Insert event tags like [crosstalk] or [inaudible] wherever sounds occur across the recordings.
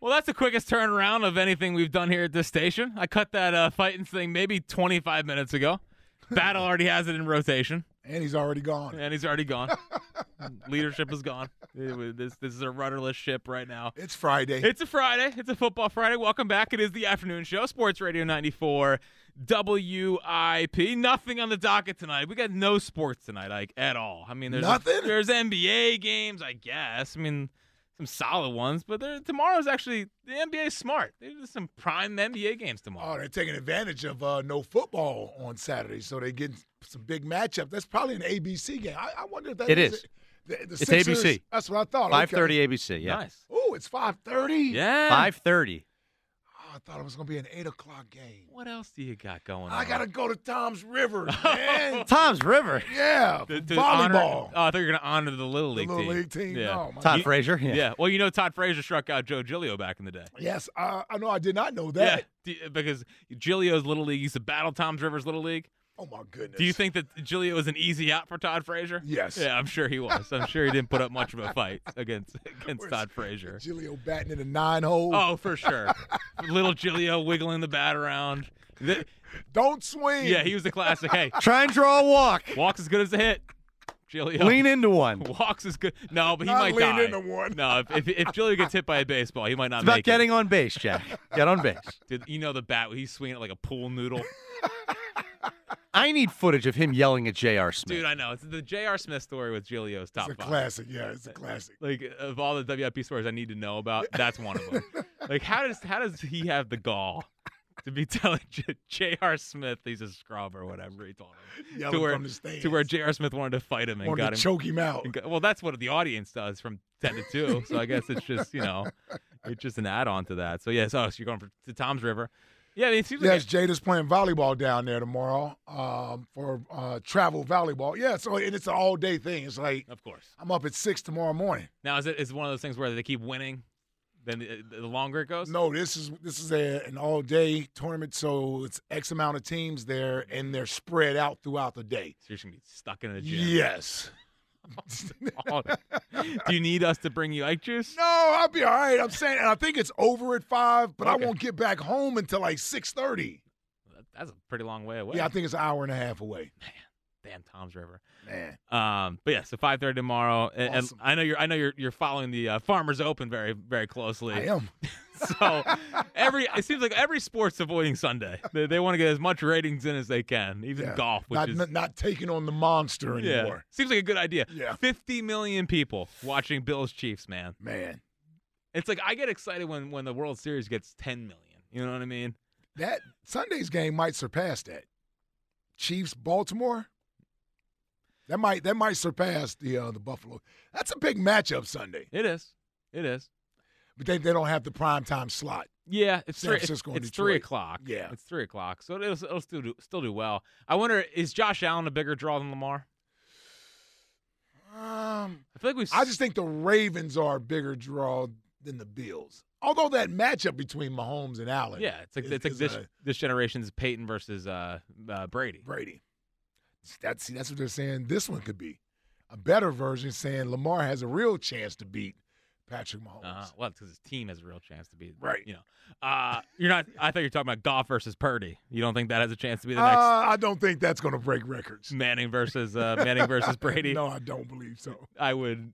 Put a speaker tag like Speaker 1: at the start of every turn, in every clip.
Speaker 1: Well, that's the quickest turnaround of anything we've done here at this station. I cut that uh, fighting thing maybe 25 minutes ago. Battle already has it in rotation,
Speaker 2: And he's already gone.
Speaker 1: and he's already gone. Leadership is gone. It was- this, this is a rudderless ship right now.
Speaker 2: It's Friday.
Speaker 1: It's a Friday. It's a football Friday. Welcome back. It is the afternoon show, Sports Radio 94 WIP. Nothing on the docket tonight. We got no sports tonight, like at all. I mean, there's
Speaker 2: Nothing?
Speaker 1: there's NBA games, I guess. I mean, some solid ones, but there, tomorrow's actually the NBA is smart. There's some prime NBA games tomorrow.
Speaker 2: Oh, they're taking advantage of uh, no football on Saturday, so they're getting some big matchup. That's probably an ABC game. I, I wonder if that
Speaker 3: It
Speaker 2: is
Speaker 3: is.
Speaker 2: it. The, the
Speaker 3: It's
Speaker 2: Sixers-
Speaker 3: ABC.
Speaker 2: That's what I thought.
Speaker 3: Five thirty
Speaker 2: Okay.
Speaker 3: ABC. Yeah.
Speaker 1: Nice.
Speaker 2: Oh, it's five thirty. Oh,
Speaker 1: Yeah.
Speaker 3: Five thirty.
Speaker 2: I thought it was gonna be an eight o'clock game.
Speaker 1: What else do you got going on?
Speaker 2: I gotta go to
Speaker 1: [laughs]
Speaker 2: Tom's River, man.
Speaker 3: Tom's River.
Speaker 2: yeah,
Speaker 1: To- to honor-
Speaker 2: volleyball.
Speaker 1: oh, I thought you were going to honor the Little
Speaker 2: the
Speaker 1: League
Speaker 2: little
Speaker 1: team.
Speaker 2: league team.
Speaker 1: Yeah.
Speaker 2: Oh, my
Speaker 3: Todd
Speaker 2: God.
Speaker 3: Frazier.
Speaker 1: yeah.
Speaker 3: Yeah.
Speaker 1: Well, you know, Todd Frazier struck out Joe Gilio back in the day.
Speaker 2: Yes, I, I know. I did not know that.
Speaker 1: Yeah, do- because Gilio's little league used to battle Tom's Rivers little league.
Speaker 2: Oh my goodness.
Speaker 1: Do you think that Gilio was an easy out for Todd Frazier?
Speaker 2: Yes.
Speaker 1: Yeah, I'm sure he was. I'm sure he didn't put up much of a
Speaker 2: [laughs]
Speaker 1: fight against against
Speaker 2: Where's-
Speaker 1: Todd Frazier.
Speaker 2: Gilio batting in a nine hole?
Speaker 1: Oh, for sure. little Gilio wiggling the bat around. The-
Speaker 2: Don't swing.
Speaker 1: yeah, he was the classic. Hey,
Speaker 3: Try and draw a walk.
Speaker 1: walks as good as a hit. Gilio
Speaker 3: Lean into one.
Speaker 1: [laughs]
Speaker 3: It's
Speaker 1: walks as good. No, but he
Speaker 2: Not
Speaker 1: might
Speaker 2: lean
Speaker 1: die.
Speaker 2: into one.
Speaker 1: No, if, if if Gilio gets hit by a baseball, he might not
Speaker 3: about
Speaker 1: make it.
Speaker 3: getting on base, Jack. Get on base.
Speaker 1: Dude, you know the bat? He's swinging it like a pool
Speaker 2: [laughs]
Speaker 1: noodle.
Speaker 3: I need footage of him yelling at J.R. Smith.
Speaker 1: Dude, I know it's the J.R. Smith story with Gilio's top
Speaker 2: It's a
Speaker 1: five.
Speaker 2: classic. Yeah, it's a classic.
Speaker 1: like of all the WIP stories I need to know about, that's one
Speaker 2: [laughs]
Speaker 1: of them. like how does how does he have the gall to be [laughs] telling J- J.R. Smith he's a scrub or whatever he told him
Speaker 2: Yelling
Speaker 1: to where
Speaker 2: from the stands.
Speaker 1: to where J.R. Smith wanted to fight him and
Speaker 2: Wanted
Speaker 1: got
Speaker 2: to
Speaker 1: him.
Speaker 2: choke him out.
Speaker 1: and got- well, that's what the audience does from ten to two. so I guess it's just you
Speaker 2: [laughs]
Speaker 1: know it's just an add on to that. So yes, oh, so you're going for, to Tom's River. Yeah, I mean, it seems
Speaker 2: Yes,
Speaker 1: like
Speaker 2: Jada's playing volleyball down there tomorrow um, for uh, travel volleyball. Yeah, so and it's an all day thing. It's like
Speaker 1: a- of course.
Speaker 2: I'm up at six tomorrow morning.
Speaker 1: Now is it is one of those things where they keep winning, then the, the longer it goes.
Speaker 2: No, this is this is a, an all day tournament, so it's X amount of teams there, and they're spread out throughout the day.
Speaker 1: So you're just gonna be stuck in a gym.
Speaker 2: Yes. [laughs]
Speaker 1: Oh, do you need us to bring you Ike juice?
Speaker 2: No, I'll be all right. I'm saying, and I think it's over at five, but
Speaker 1: Okay.
Speaker 2: I won't get back home until like six thirty.
Speaker 1: That- That's a pretty long way away.
Speaker 2: Yeah, I think it's an hour and a half away.
Speaker 1: Damn, Tom's River.
Speaker 2: Man,
Speaker 1: Um, but yeah, so five thirty tomorrow, and, and
Speaker 2: Awesome.
Speaker 1: I know you're I know you're you're following the uh, Farmers Open very very closely. [laughs]
Speaker 2: I am.
Speaker 1: So
Speaker 2: [laughs]
Speaker 1: every it seems like every sport's avoiding Sunday. They, they want to get as much ratings in as they can, even
Speaker 2: Yeah.
Speaker 1: golf, which
Speaker 2: not,
Speaker 1: is
Speaker 2: not not taking on the monster
Speaker 1: yeah,
Speaker 2: anymore.
Speaker 1: seems like a good idea.
Speaker 2: Yeah.
Speaker 1: fifty million people watching Bills Chiefs. Man,
Speaker 2: Man,
Speaker 1: it's like I get excited when when the World Series gets ten million. You know what I mean?
Speaker 2: that Sunday's game might surpass that. Chiefs Baltimore. That might that might surpass the uh, the Buffalo. That's a big matchup Sunday,
Speaker 1: It is. It is.
Speaker 2: but they, they don't have the prime time slot.
Speaker 1: Yeah, it's
Speaker 2: San
Speaker 1: three,
Speaker 2: Francisco and
Speaker 1: it's, it's three
Speaker 2: Detroit.
Speaker 1: o'clock.
Speaker 2: Yeah.
Speaker 1: it's three o'clock, so it'll, it'll still do, still do well. I wonder is Josh Allen a bigger draw than Lamar?
Speaker 2: Um,
Speaker 1: I feel like we've.
Speaker 2: I just think the Ravens are a bigger draw than the Bills. Although that matchup between Mahomes and Allen,
Speaker 1: yeah, it's like
Speaker 2: is-
Speaker 1: it's like
Speaker 2: is,
Speaker 1: this
Speaker 2: uh,
Speaker 1: this generation's Peyton versus uh, uh Brady.
Speaker 2: Brady. That's see, that's what they're saying. This one could be a better version, saying Lamar has a real chance to beat Patrick Mahomes.
Speaker 1: Uh, well, because his team has a real chance to be
Speaker 2: Right.
Speaker 1: You know, uh, you're not. I thought you were talking about Goff versus Purdy. You don't think that has a chance to be the next
Speaker 2: Uh, I don't think that's going to break records.
Speaker 1: Manning versus uh, Manning versus Brady?
Speaker 2: [laughs] No, I don't believe so.
Speaker 1: I would.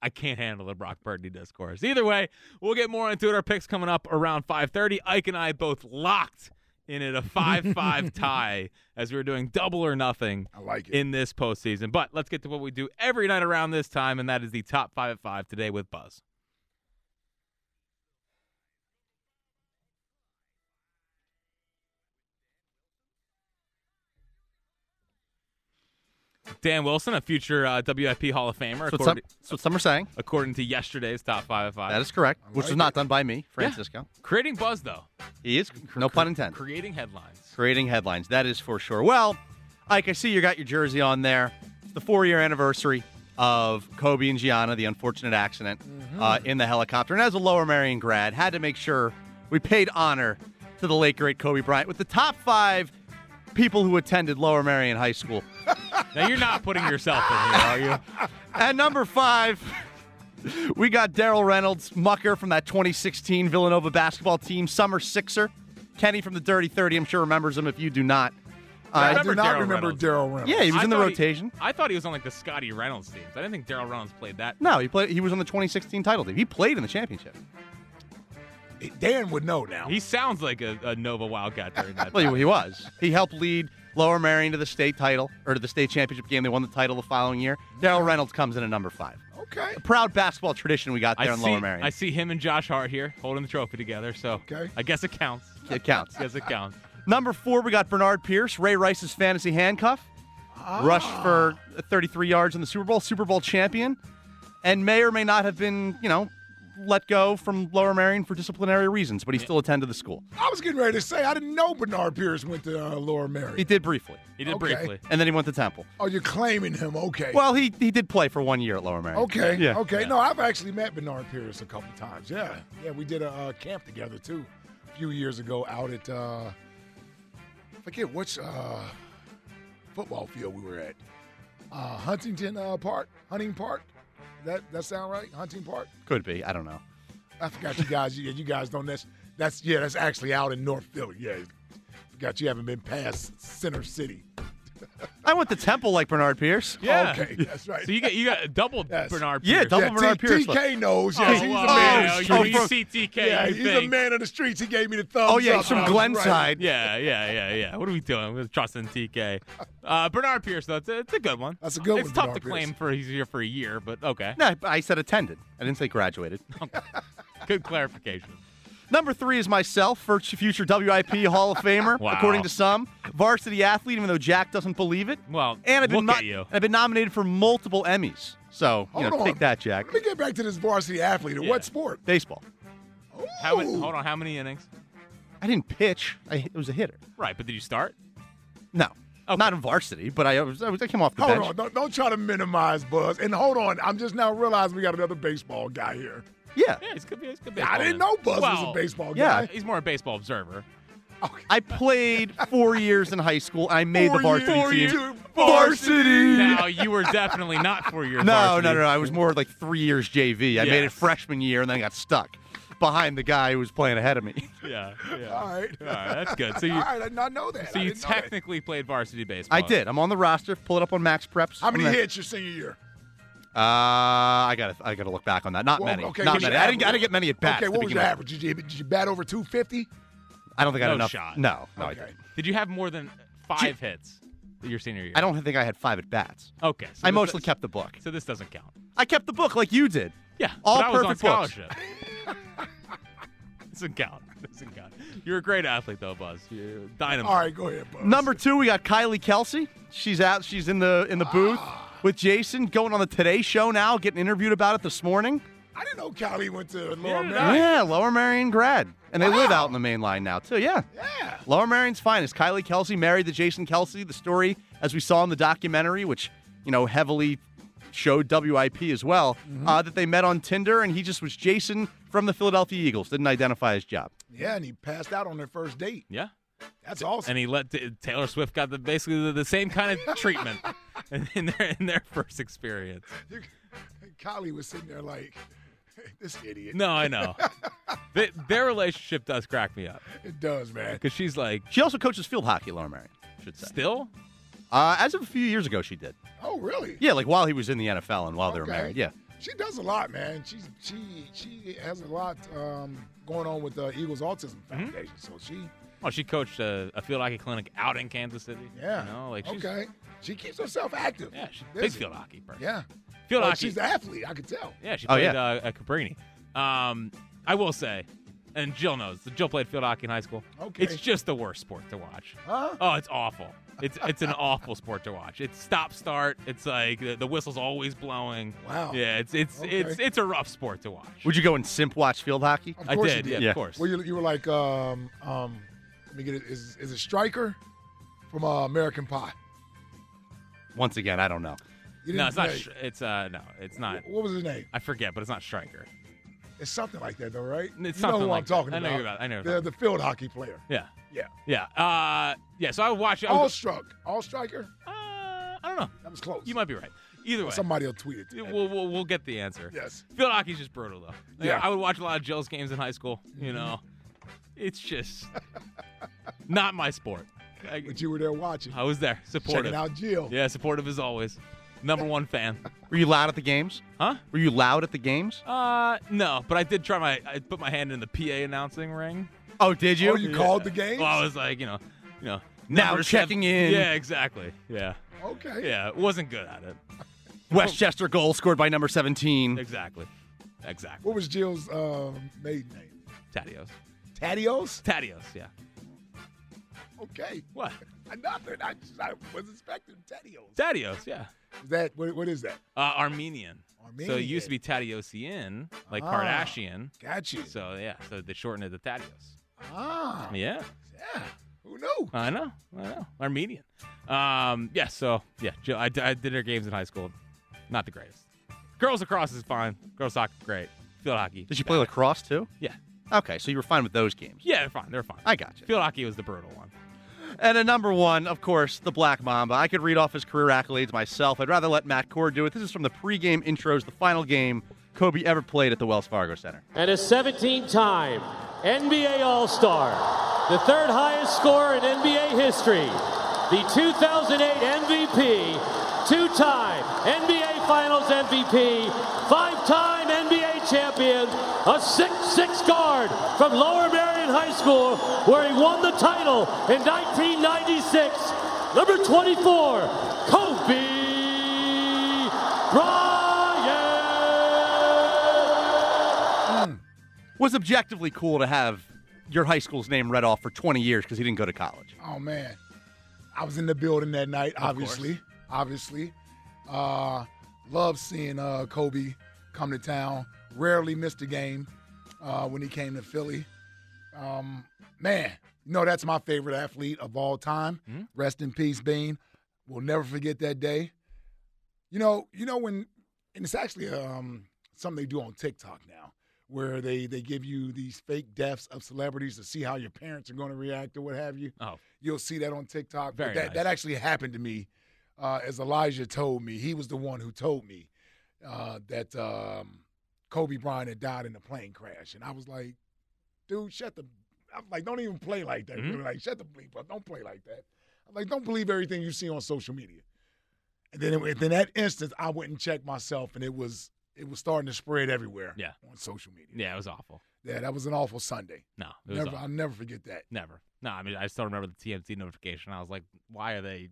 Speaker 1: I can't handle the Brock Purdy discourse. Either way, we'll get more into it. Our picks coming up around 5:30. Ike and I both locked in at a 5-5 tie as we were doing double or nothing
Speaker 2: I like it.
Speaker 1: in this postseason. But let's get to what we do every night around this time, and that is the top five at five today with Buzz. Dan Wilson, a future uh, WIP Hall of Famer,
Speaker 3: That's what, some,
Speaker 1: according,
Speaker 3: that's what some are saying.
Speaker 1: according to yesterday's top five of five.
Speaker 3: That is correct,
Speaker 2: I
Speaker 3: which
Speaker 2: like
Speaker 3: was not done by me, Francisco.
Speaker 1: creating buzz though,
Speaker 3: He is, no pun intended.
Speaker 1: creating headlines.
Speaker 3: creating headlines. That is for sure. Well, Ike, I see you got your jersey on there. It's the four-year anniversary of Kobe and Gianna, the unfortunate accident uh, in the helicopter. And as a Lower Marion grad, had to make sure we paid honor to the late great Kobe Bryant with the top five people who attended Lower Marion High School.
Speaker 1: Now you're not putting yourself in here, are you?
Speaker 3: At number five, [laughs] we got Daryl Reynolds, Mucker from that 2016 Villanova basketball team, summer sixer. Kenny from the Dirty 30, I'm sure remembers him if you do not.
Speaker 2: I,
Speaker 1: remember
Speaker 2: do not
Speaker 1: Darryl
Speaker 2: remember
Speaker 1: Reynolds.
Speaker 2: Daryl Reynolds.
Speaker 3: Yeah, he was
Speaker 1: I
Speaker 3: in the
Speaker 1: thought he-
Speaker 3: rotation.
Speaker 1: I thought he was on like the Scotty Reynolds teams. I didn't think Daryl Reynolds played that.
Speaker 3: No, he played. He was on the 2016 title team. He played in the championship.
Speaker 2: Dan would know now.
Speaker 1: He sounds like a, a Nova Wildcat during that.
Speaker 3: [laughs] Well, he, he was. He helped lead Lower Marion to the state title or to the state championship game. They won the title the following year. Daryl Reynolds comes in at number five.
Speaker 2: okay.
Speaker 3: A proud basketball tradition we got there
Speaker 1: I
Speaker 3: in
Speaker 1: see,
Speaker 3: Lower Marion.
Speaker 1: I see him and Josh Hart here holding the trophy together. So
Speaker 2: Okay.
Speaker 1: I guess it counts.
Speaker 3: It counts.
Speaker 1: I guess it counts.
Speaker 3: Number four, we got Bernard Pierce, Ray Rice's fantasy handcuff, rushed
Speaker 1: Ah.
Speaker 3: for 33 yards in the Super Bowl, Super Bowl champion, and may or may not have been, you know, let go from Lower Marion for disciplinary reasons, but he still attended the school.
Speaker 2: I was getting ready to say I didn't know Bernard Pierce went to uh, Lower
Speaker 3: He
Speaker 2: Mary.
Speaker 3: did briefly,
Speaker 1: He did
Speaker 2: Okay.
Speaker 1: briefly.
Speaker 3: and then he went to Temple.
Speaker 2: Oh, you're claiming him? Okay.
Speaker 3: Well, he he did play for one year at Lower Marion.
Speaker 2: Okay.
Speaker 3: Yeah.
Speaker 2: Okay. No, I've actually met Bernard Pierce a couple times. Yeah. Yeah. We did a uh, camp together too, a few years ago out at uh, I forget which uh, football field we were at. Uh, Huntington uh, Park, Hunting Park. That that sound right? Hunting Park.
Speaker 3: Could be. I don't know.
Speaker 2: I forgot you guys. Yeah, you guys don't. That's that's yeah. That's actually out in North Philly. Yeah. Forgot you haven't been past Center City.
Speaker 3: I went to Temple like Bernard Pierce.
Speaker 1: Yeah.
Speaker 2: [laughs] Okay. That's right.
Speaker 1: So you got you got a double
Speaker 2: Yes.
Speaker 1: Bernard.
Speaker 3: Yeah,
Speaker 1: Pierce.
Speaker 3: double
Speaker 2: yeah,
Speaker 3: Bernard
Speaker 2: T-
Speaker 3: Pierce.
Speaker 2: TK knows.
Speaker 1: Oh,
Speaker 2: Yes, he's a
Speaker 1: wow.
Speaker 2: man.
Speaker 3: of
Speaker 1: Yeah,
Speaker 3: the
Speaker 1: you-
Speaker 3: street.
Speaker 1: you see TK.
Speaker 2: Yeah,
Speaker 1: you
Speaker 2: he's a
Speaker 1: think.
Speaker 2: man of the streets. He gave me the thumbs.
Speaker 3: Oh yeah,
Speaker 2: up.
Speaker 3: he's from
Speaker 2: I was right.
Speaker 3: Glenside.
Speaker 1: Yeah, yeah, yeah, yeah. What are we doing? We're trusting TK. Uh, Bernard Pierce, though, it's a, it's a good one.
Speaker 2: That's a good
Speaker 1: It's
Speaker 2: one,
Speaker 1: tough
Speaker 2: Bernard
Speaker 1: to
Speaker 2: Pierce.
Speaker 1: claim for he's here for a year, but okay.
Speaker 3: No, I I said attended. I didn't say graduated. [laughs]
Speaker 1: Good clarification. Number
Speaker 3: Number three is myself, fir- future WIP [laughs] Hall of Famer,
Speaker 1: Wow.
Speaker 3: according to some, varsity athlete, even though Jack doesn't believe it.
Speaker 1: Well,
Speaker 3: and I've been
Speaker 1: look
Speaker 3: no-
Speaker 1: at you.
Speaker 3: and I've been nominated for multiple Emmys. So you
Speaker 2: Hold
Speaker 3: know,
Speaker 2: on.
Speaker 3: take that, Jack.
Speaker 2: Let me get back to this varsity athlete. In
Speaker 1: Yeah.
Speaker 2: What sport?
Speaker 3: Baseball.
Speaker 1: How many,
Speaker 2: Ooh.
Speaker 1: hold on, how many innings?
Speaker 3: I didn't pitch. I it was a hitter.
Speaker 1: Right, but did you start?
Speaker 3: No, not in varsity, but I was, I was- I came off the
Speaker 2: Hold
Speaker 3: bench.
Speaker 2: on. Don't, don't try to minimize Buzz. And hold on. I'm just now realizing we got another baseball guy here.
Speaker 3: Yeah,
Speaker 1: Yeah, he's good. He's good
Speaker 2: I
Speaker 1: baseball man.
Speaker 2: didn't know Buzz was
Speaker 1: Well,
Speaker 2: a baseball
Speaker 3: yeah.
Speaker 2: guy.
Speaker 1: He's more a baseball observer.
Speaker 2: Okay.
Speaker 3: I played four years in high school. I made the varsity
Speaker 2: years.
Speaker 3: team.
Speaker 2: Dude,
Speaker 3: Varsity.
Speaker 1: Now you were definitely not for your
Speaker 3: [laughs] No,
Speaker 1: varsity.
Speaker 3: no, no, no. I was more like three years JV. I made it
Speaker 1: Yes.
Speaker 3: freshman year and then got stuck behind the guy who was playing ahead of me.
Speaker 1: [laughs] Yeah, yeah.
Speaker 2: All right.
Speaker 1: All right, that's good. So you,
Speaker 2: All right. I did not know that.
Speaker 1: so
Speaker 2: I
Speaker 1: you
Speaker 2: didn't know that.
Speaker 1: technically played varsity baseball.
Speaker 3: I did. I'm on the roster. Pull it up on Max Preps.
Speaker 2: How many
Speaker 3: I'm gonna-
Speaker 2: hits your senior year?
Speaker 3: Uh, I gotta, I gotta look back on that. Not
Speaker 2: Well,
Speaker 3: many.
Speaker 2: okay,
Speaker 3: Not
Speaker 2: what's
Speaker 3: many.
Speaker 2: your
Speaker 3: I didn't, I
Speaker 2: average?
Speaker 3: didn't get many at bats.
Speaker 2: okay,
Speaker 3: to
Speaker 2: what was
Speaker 3: begin
Speaker 2: your
Speaker 3: with.
Speaker 2: average? Did you, did you bat over 250?
Speaker 3: I don't think I had
Speaker 1: No
Speaker 3: enough.
Speaker 1: shot.
Speaker 3: No, no, I
Speaker 2: Okay.
Speaker 3: didn't.
Speaker 1: Did you have more than five hits your senior year?
Speaker 3: I don't think I had five at bats.
Speaker 1: Okay. so
Speaker 3: I
Speaker 1: this-
Speaker 3: mostly kept the book.
Speaker 1: So this doesn't count.
Speaker 3: I kept the book like you did.
Speaker 1: Yeah.
Speaker 3: All
Speaker 1: but I was on
Speaker 3: perfect books.
Speaker 1: scholarship. [laughs] doesn't count. Doesn't count. You're a great athlete though, Buzz. You're dynamo.
Speaker 2: All right, go ahead, Buzz.
Speaker 3: Number two, we got Kylie Kelsey. She's out. She's in the in the booth
Speaker 2: Ah.
Speaker 3: with Jason, going on the Today Show now, getting interviewed about it this morning.
Speaker 2: I didn't know Cali went to
Speaker 1: Neither
Speaker 2: Lower
Speaker 1: did
Speaker 2: Mary.
Speaker 3: Yeah, Lower Marion grad, and they live out in the main line now too. Yeah.
Speaker 2: Yeah.
Speaker 3: Lower Marion's finest. Kylie Kelsey married to Jason Kelsey. The story, as we saw in the documentary, which you know heavily showed WIP as well,
Speaker 2: Mm-hmm.
Speaker 3: uh, that they met on Tinder, and he just was Jason from the Philadelphia Eagles. Didn't identify his job.
Speaker 2: Yeah, and he passed out on their first date.
Speaker 1: Yeah.
Speaker 2: That's awesome.
Speaker 1: And he let Taylor Swift got the basically the, the same kind of treatment [laughs] in, in their in their first experience.
Speaker 2: You- [laughs] Kylie was sitting there like, [laughs] this idiot.
Speaker 1: No, I know. They, their relationship does crack me up
Speaker 2: It does, man.
Speaker 1: because she's like
Speaker 3: She also coaches field hockey. Lower Marion, I should say.
Speaker 1: still.
Speaker 3: Uh, as of a few years ago, she did.
Speaker 2: Oh, really?
Speaker 3: Yeah, like while he was in the NFL and while they were married. Yeah.
Speaker 2: She does a lot, man. She's she she has a lot um, going on with the Eagles Autism
Speaker 1: Mm-hmm.
Speaker 2: Foundation. So she,
Speaker 1: Oh, she coached a, a field hockey clinic out in Kansas City.
Speaker 2: yeah,
Speaker 1: You know, like she's,
Speaker 2: okay, she keeps herself active.
Speaker 1: Yeah, she's big
Speaker 2: Busy.
Speaker 1: field hockey. Person.
Speaker 2: Yeah,
Speaker 1: Field
Speaker 2: Well,
Speaker 1: hockey.
Speaker 2: she's an athlete. I could tell.
Speaker 1: Yeah, she
Speaker 3: Oh,
Speaker 1: played
Speaker 3: yeah.
Speaker 1: uh, at Cabrini. Um, I will say, and Jill knows, Jill played field hockey in high school.
Speaker 2: Okay.
Speaker 1: It's just the worst sport to watch.
Speaker 2: Huh?
Speaker 1: Oh, it's awful. It's it's an awful sport to watch. It's stop start. It's like the, the whistle's always blowing.
Speaker 2: Wow.
Speaker 1: Yeah, it's it's
Speaker 2: Oh. Okay.
Speaker 1: it's it's a rough sport to watch.
Speaker 3: Would you go and simp watch field hockey?
Speaker 2: Of
Speaker 1: I
Speaker 2: course
Speaker 1: did,
Speaker 2: you
Speaker 1: yeah,
Speaker 2: did.
Speaker 3: Yeah.
Speaker 1: of course.
Speaker 2: Well, you, you were like, um, um, let me get it. Is is it Striker from uh, American Pie?
Speaker 3: Once again, I don't know.
Speaker 2: You
Speaker 1: no,
Speaker 2: didn't
Speaker 1: it's not.
Speaker 2: play-
Speaker 1: Sh- it's uh, no, it's not.
Speaker 2: What was his name?
Speaker 1: I forget, but it's not striker.
Speaker 2: It's something like that, though, right?
Speaker 1: It's
Speaker 2: you know
Speaker 1: something
Speaker 2: who
Speaker 1: like
Speaker 2: I'm talking
Speaker 1: that. I
Speaker 2: about.
Speaker 1: know you're about- I know you're
Speaker 2: The, the field hockey player.
Speaker 1: Yeah,
Speaker 2: Yeah.
Speaker 1: yeah, uh, yeah. So I would watch it. I would-
Speaker 2: Allstruck. Allstriker?
Speaker 1: uh, I don't know.
Speaker 2: That was close.
Speaker 1: You might be right. Either way,
Speaker 2: Somebody will tweet it. today.
Speaker 1: we'll, we'll we'll get the answer.
Speaker 2: yes.
Speaker 1: Field hockey's just brutal though. Like,
Speaker 2: Yeah. Mm-hmm.
Speaker 1: I would watch a lot of Jill's games in high school. You know, it's just not my sport. I,
Speaker 2: But you were there watching.
Speaker 1: I was there, supportive.
Speaker 2: Checking out Jill.
Speaker 1: Yeah, supportive as always. Number one
Speaker 2: [laughs]
Speaker 1: fan.
Speaker 3: Were you loud at the games?
Speaker 1: Huh?
Speaker 3: Were you loud at the games?
Speaker 1: Uh, no, but I did try my. I put my hand in the PA announcing ring.
Speaker 3: Oh, did you?
Speaker 2: Oh, you called the games?
Speaker 1: Well, I was like, you know, you know.
Speaker 3: Now
Speaker 1: number
Speaker 3: checking in.
Speaker 1: Yeah, exactly. Yeah,
Speaker 2: okay.
Speaker 1: yeah. Wasn't good at it.
Speaker 3: [laughs] Westchester goal scored by number 17.
Speaker 1: Exactly. Exactly.
Speaker 2: Mm. What was Jill's um, maiden name?
Speaker 1: Tadios.
Speaker 2: Tadios?
Speaker 1: Tadios. Yeah.
Speaker 2: Okay. Uh,
Speaker 1: What?
Speaker 2: Nothing. I, just- I was expecting Tadios.
Speaker 1: Tadios. Yeah.
Speaker 2: Is that what, what is that?
Speaker 1: Uh, Armenian. So it used to be
Speaker 2: Armenian.
Speaker 1: Tadiosian, like
Speaker 2: Ah.
Speaker 1: Kardashian.
Speaker 2: Gotcha.
Speaker 1: So yeah, so they shortened it to Tadios.
Speaker 2: ah.
Speaker 1: Yeah,
Speaker 2: Yeah. Who knew?
Speaker 1: I know, I know, Armenian. Um, yeah, so yeah, Jill, I, I did her games in high school. Not the greatest. Girls across is fine. Girls soccer, great. Field hockey.
Speaker 3: Did you play lacrosse too?
Speaker 1: Yeah,
Speaker 3: Okay, so you were fine with those games.
Speaker 1: yeah, they're fine. They're fine.
Speaker 3: I got you.
Speaker 1: Field hockey was the brutal one.
Speaker 3: And at number one, of course, the Black Mamba. I could read off his career accolades myself. I'd rather let Matt Core do it. This is from the pregame intros, the final game Kobe ever played at the Wells Fargo Center.
Speaker 4: and a 17 time NBA All Star, the third highest scorer in NBA history, the 2008 MVP, two time NBA Finals MVP, five time NBA champion, a 6 6 guard from Lower Marion High School, where he won the title in 1996. Number 24, Kobe Bryant.
Speaker 3: Was objectively cool to have your high school's name read off for 20 years because he didn't go to college.
Speaker 2: Oh man, I was in the building that night. obviously,
Speaker 1: course.
Speaker 2: obviously, uh, love seeing uh, Kobe come to town. Rarely missed a game uh, when he came to Philly. Um, man, you know that's my favorite athlete of all time. Rest in peace, Bean. We'll never forget that day. You know, you know when, and it's actually um, something they do on TikTok now, where they they give you these fake deaths of celebrities to see how your parents are going to react or what have you.
Speaker 1: Oh,
Speaker 2: You'll see that on TikTok. But
Speaker 1: Very
Speaker 2: that,
Speaker 1: nice.
Speaker 2: that actually happened to me, uh, as Elijah told me. He was the one who told me uh, that um, Kobe Bryant had died in a plane crash, and I was like, "Dude, shut the." I'm like, "Don't even play like that."
Speaker 1: Mhm.
Speaker 2: They were like, "Shut the bleep up! Don't play like that." I'm like, "Don't believe everything you see on social media." And then, it, then that instance, I went and checked myself, and it was it was starting to spread everywhere.
Speaker 1: Yeah.
Speaker 2: on social media.
Speaker 1: yeah, it was awful.
Speaker 2: yeah, that was an awful Sunday.
Speaker 1: No, it was
Speaker 2: Never,
Speaker 1: awful.
Speaker 2: I'll never forget that.
Speaker 1: Never. No, I mean, I still remember the TMZ notification. I was like, why are they,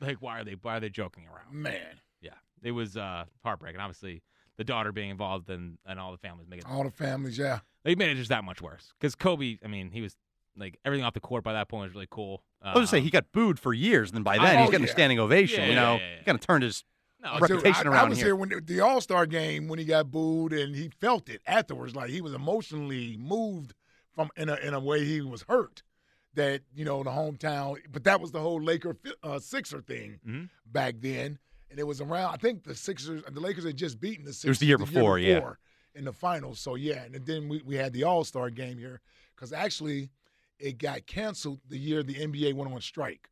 Speaker 1: like, why are they, why are they joking around?
Speaker 2: Man,
Speaker 1: Yeah, it was uh, heartbreaking. Obviously, the daughter being involved and and all the families making
Speaker 2: all the families, yeah.
Speaker 1: they made it just that much worse. Because Kobe, I mean, he was like everything off the court by that point was really cool. Uh,
Speaker 3: I was going to say, he got booed for years, and then by then
Speaker 2: Oh,
Speaker 3: he's getting a
Speaker 2: yeah.
Speaker 3: standing ovation.
Speaker 1: Yeah,
Speaker 3: you
Speaker 1: yeah,
Speaker 3: know,
Speaker 1: yeah, yeah.
Speaker 3: he kind of turned his.
Speaker 1: no,
Speaker 2: Oh,
Speaker 1: it's-
Speaker 2: dude,
Speaker 3: reputation
Speaker 2: I, I
Speaker 3: around
Speaker 2: was
Speaker 3: here.
Speaker 2: here when the, the All Star game when he got booed and he felt it afterwards. Like he was emotionally moved from in a in a way he was hurt that you know the hometown. But that was the whole Laker fi- uh, Sixer thing
Speaker 3: Mm-hmm.
Speaker 1: Mhm.
Speaker 2: back then, and it was around. I think the Sixers, the Lakers had just beaten the Sixers.
Speaker 3: was the year before, yeah.
Speaker 2: in the finals. So yeah, and then we, we had the All Star game here because actually it got canceled the year the NBA went on strike.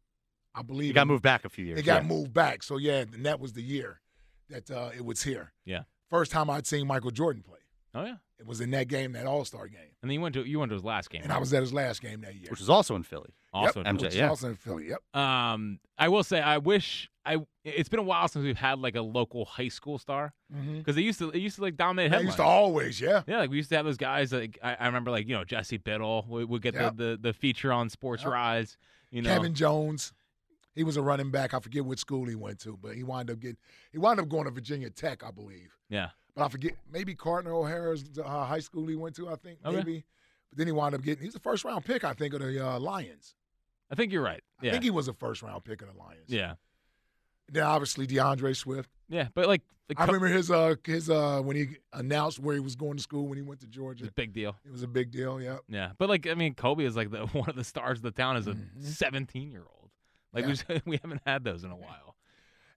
Speaker 2: I believe
Speaker 3: He got
Speaker 2: in-
Speaker 3: moved back a few years.
Speaker 2: it got
Speaker 3: yeah.
Speaker 2: moved back. So yeah, and that was the year that uh, it was here.
Speaker 1: Yeah.
Speaker 2: First time I'd seen Michael Jordan play.
Speaker 1: oh yeah,
Speaker 2: It was in that game, that All Star game,
Speaker 1: and then you went to you went to his last game.
Speaker 2: and I was at his last game that year.
Speaker 3: Which was also in Philly.
Speaker 1: also
Speaker 3: Yep.
Speaker 1: dope.
Speaker 3: MJ, yeah.
Speaker 2: also in Philly. Yep.
Speaker 1: Um, I will say, I wish I. It's been a while since we've had like a local high school star
Speaker 2: Mm-hmm.
Speaker 1: because they used to it used to like dominate
Speaker 2: I
Speaker 1: headlines.
Speaker 2: used to always, yeah.
Speaker 1: yeah, like we used to have those guys. Like I, I remember, like you know Jesse Biddle would, would get
Speaker 2: Yep.
Speaker 1: the, the the feature on Sports
Speaker 2: Yep.
Speaker 1: Rise. You know,
Speaker 2: Kevin Jones. He was a running back. I forget which school he went to, but he wound up getting he wound up going to Virginia Tech, I believe.
Speaker 1: yeah,
Speaker 2: But I forget maybe Carter O'Hara's uh, high school he went to. I think
Speaker 1: Okay.
Speaker 2: maybe. But then he wound up getting he was the first round pick, I think, of the uh, Lions.
Speaker 1: I think you're right.
Speaker 2: I
Speaker 1: Yeah.
Speaker 2: think he was a first round pick of the Lions.
Speaker 1: yeah.
Speaker 2: Then obviously DeAndre Swift.
Speaker 1: Yeah. But like, the
Speaker 2: I
Speaker 1: co-
Speaker 2: remember his uh his uh when he announced where he was going to school when he went to
Speaker 1: it's
Speaker 2: Georgia.
Speaker 1: a big deal.
Speaker 2: It was a big deal. Yeah.
Speaker 1: Yeah. But like, I mean, Kobe is like the, [laughs] one of the stars of the town as a 17 year old. Like,
Speaker 2: Mm-hmm. Yeah.
Speaker 1: we [laughs] just- we haven't had those in a while.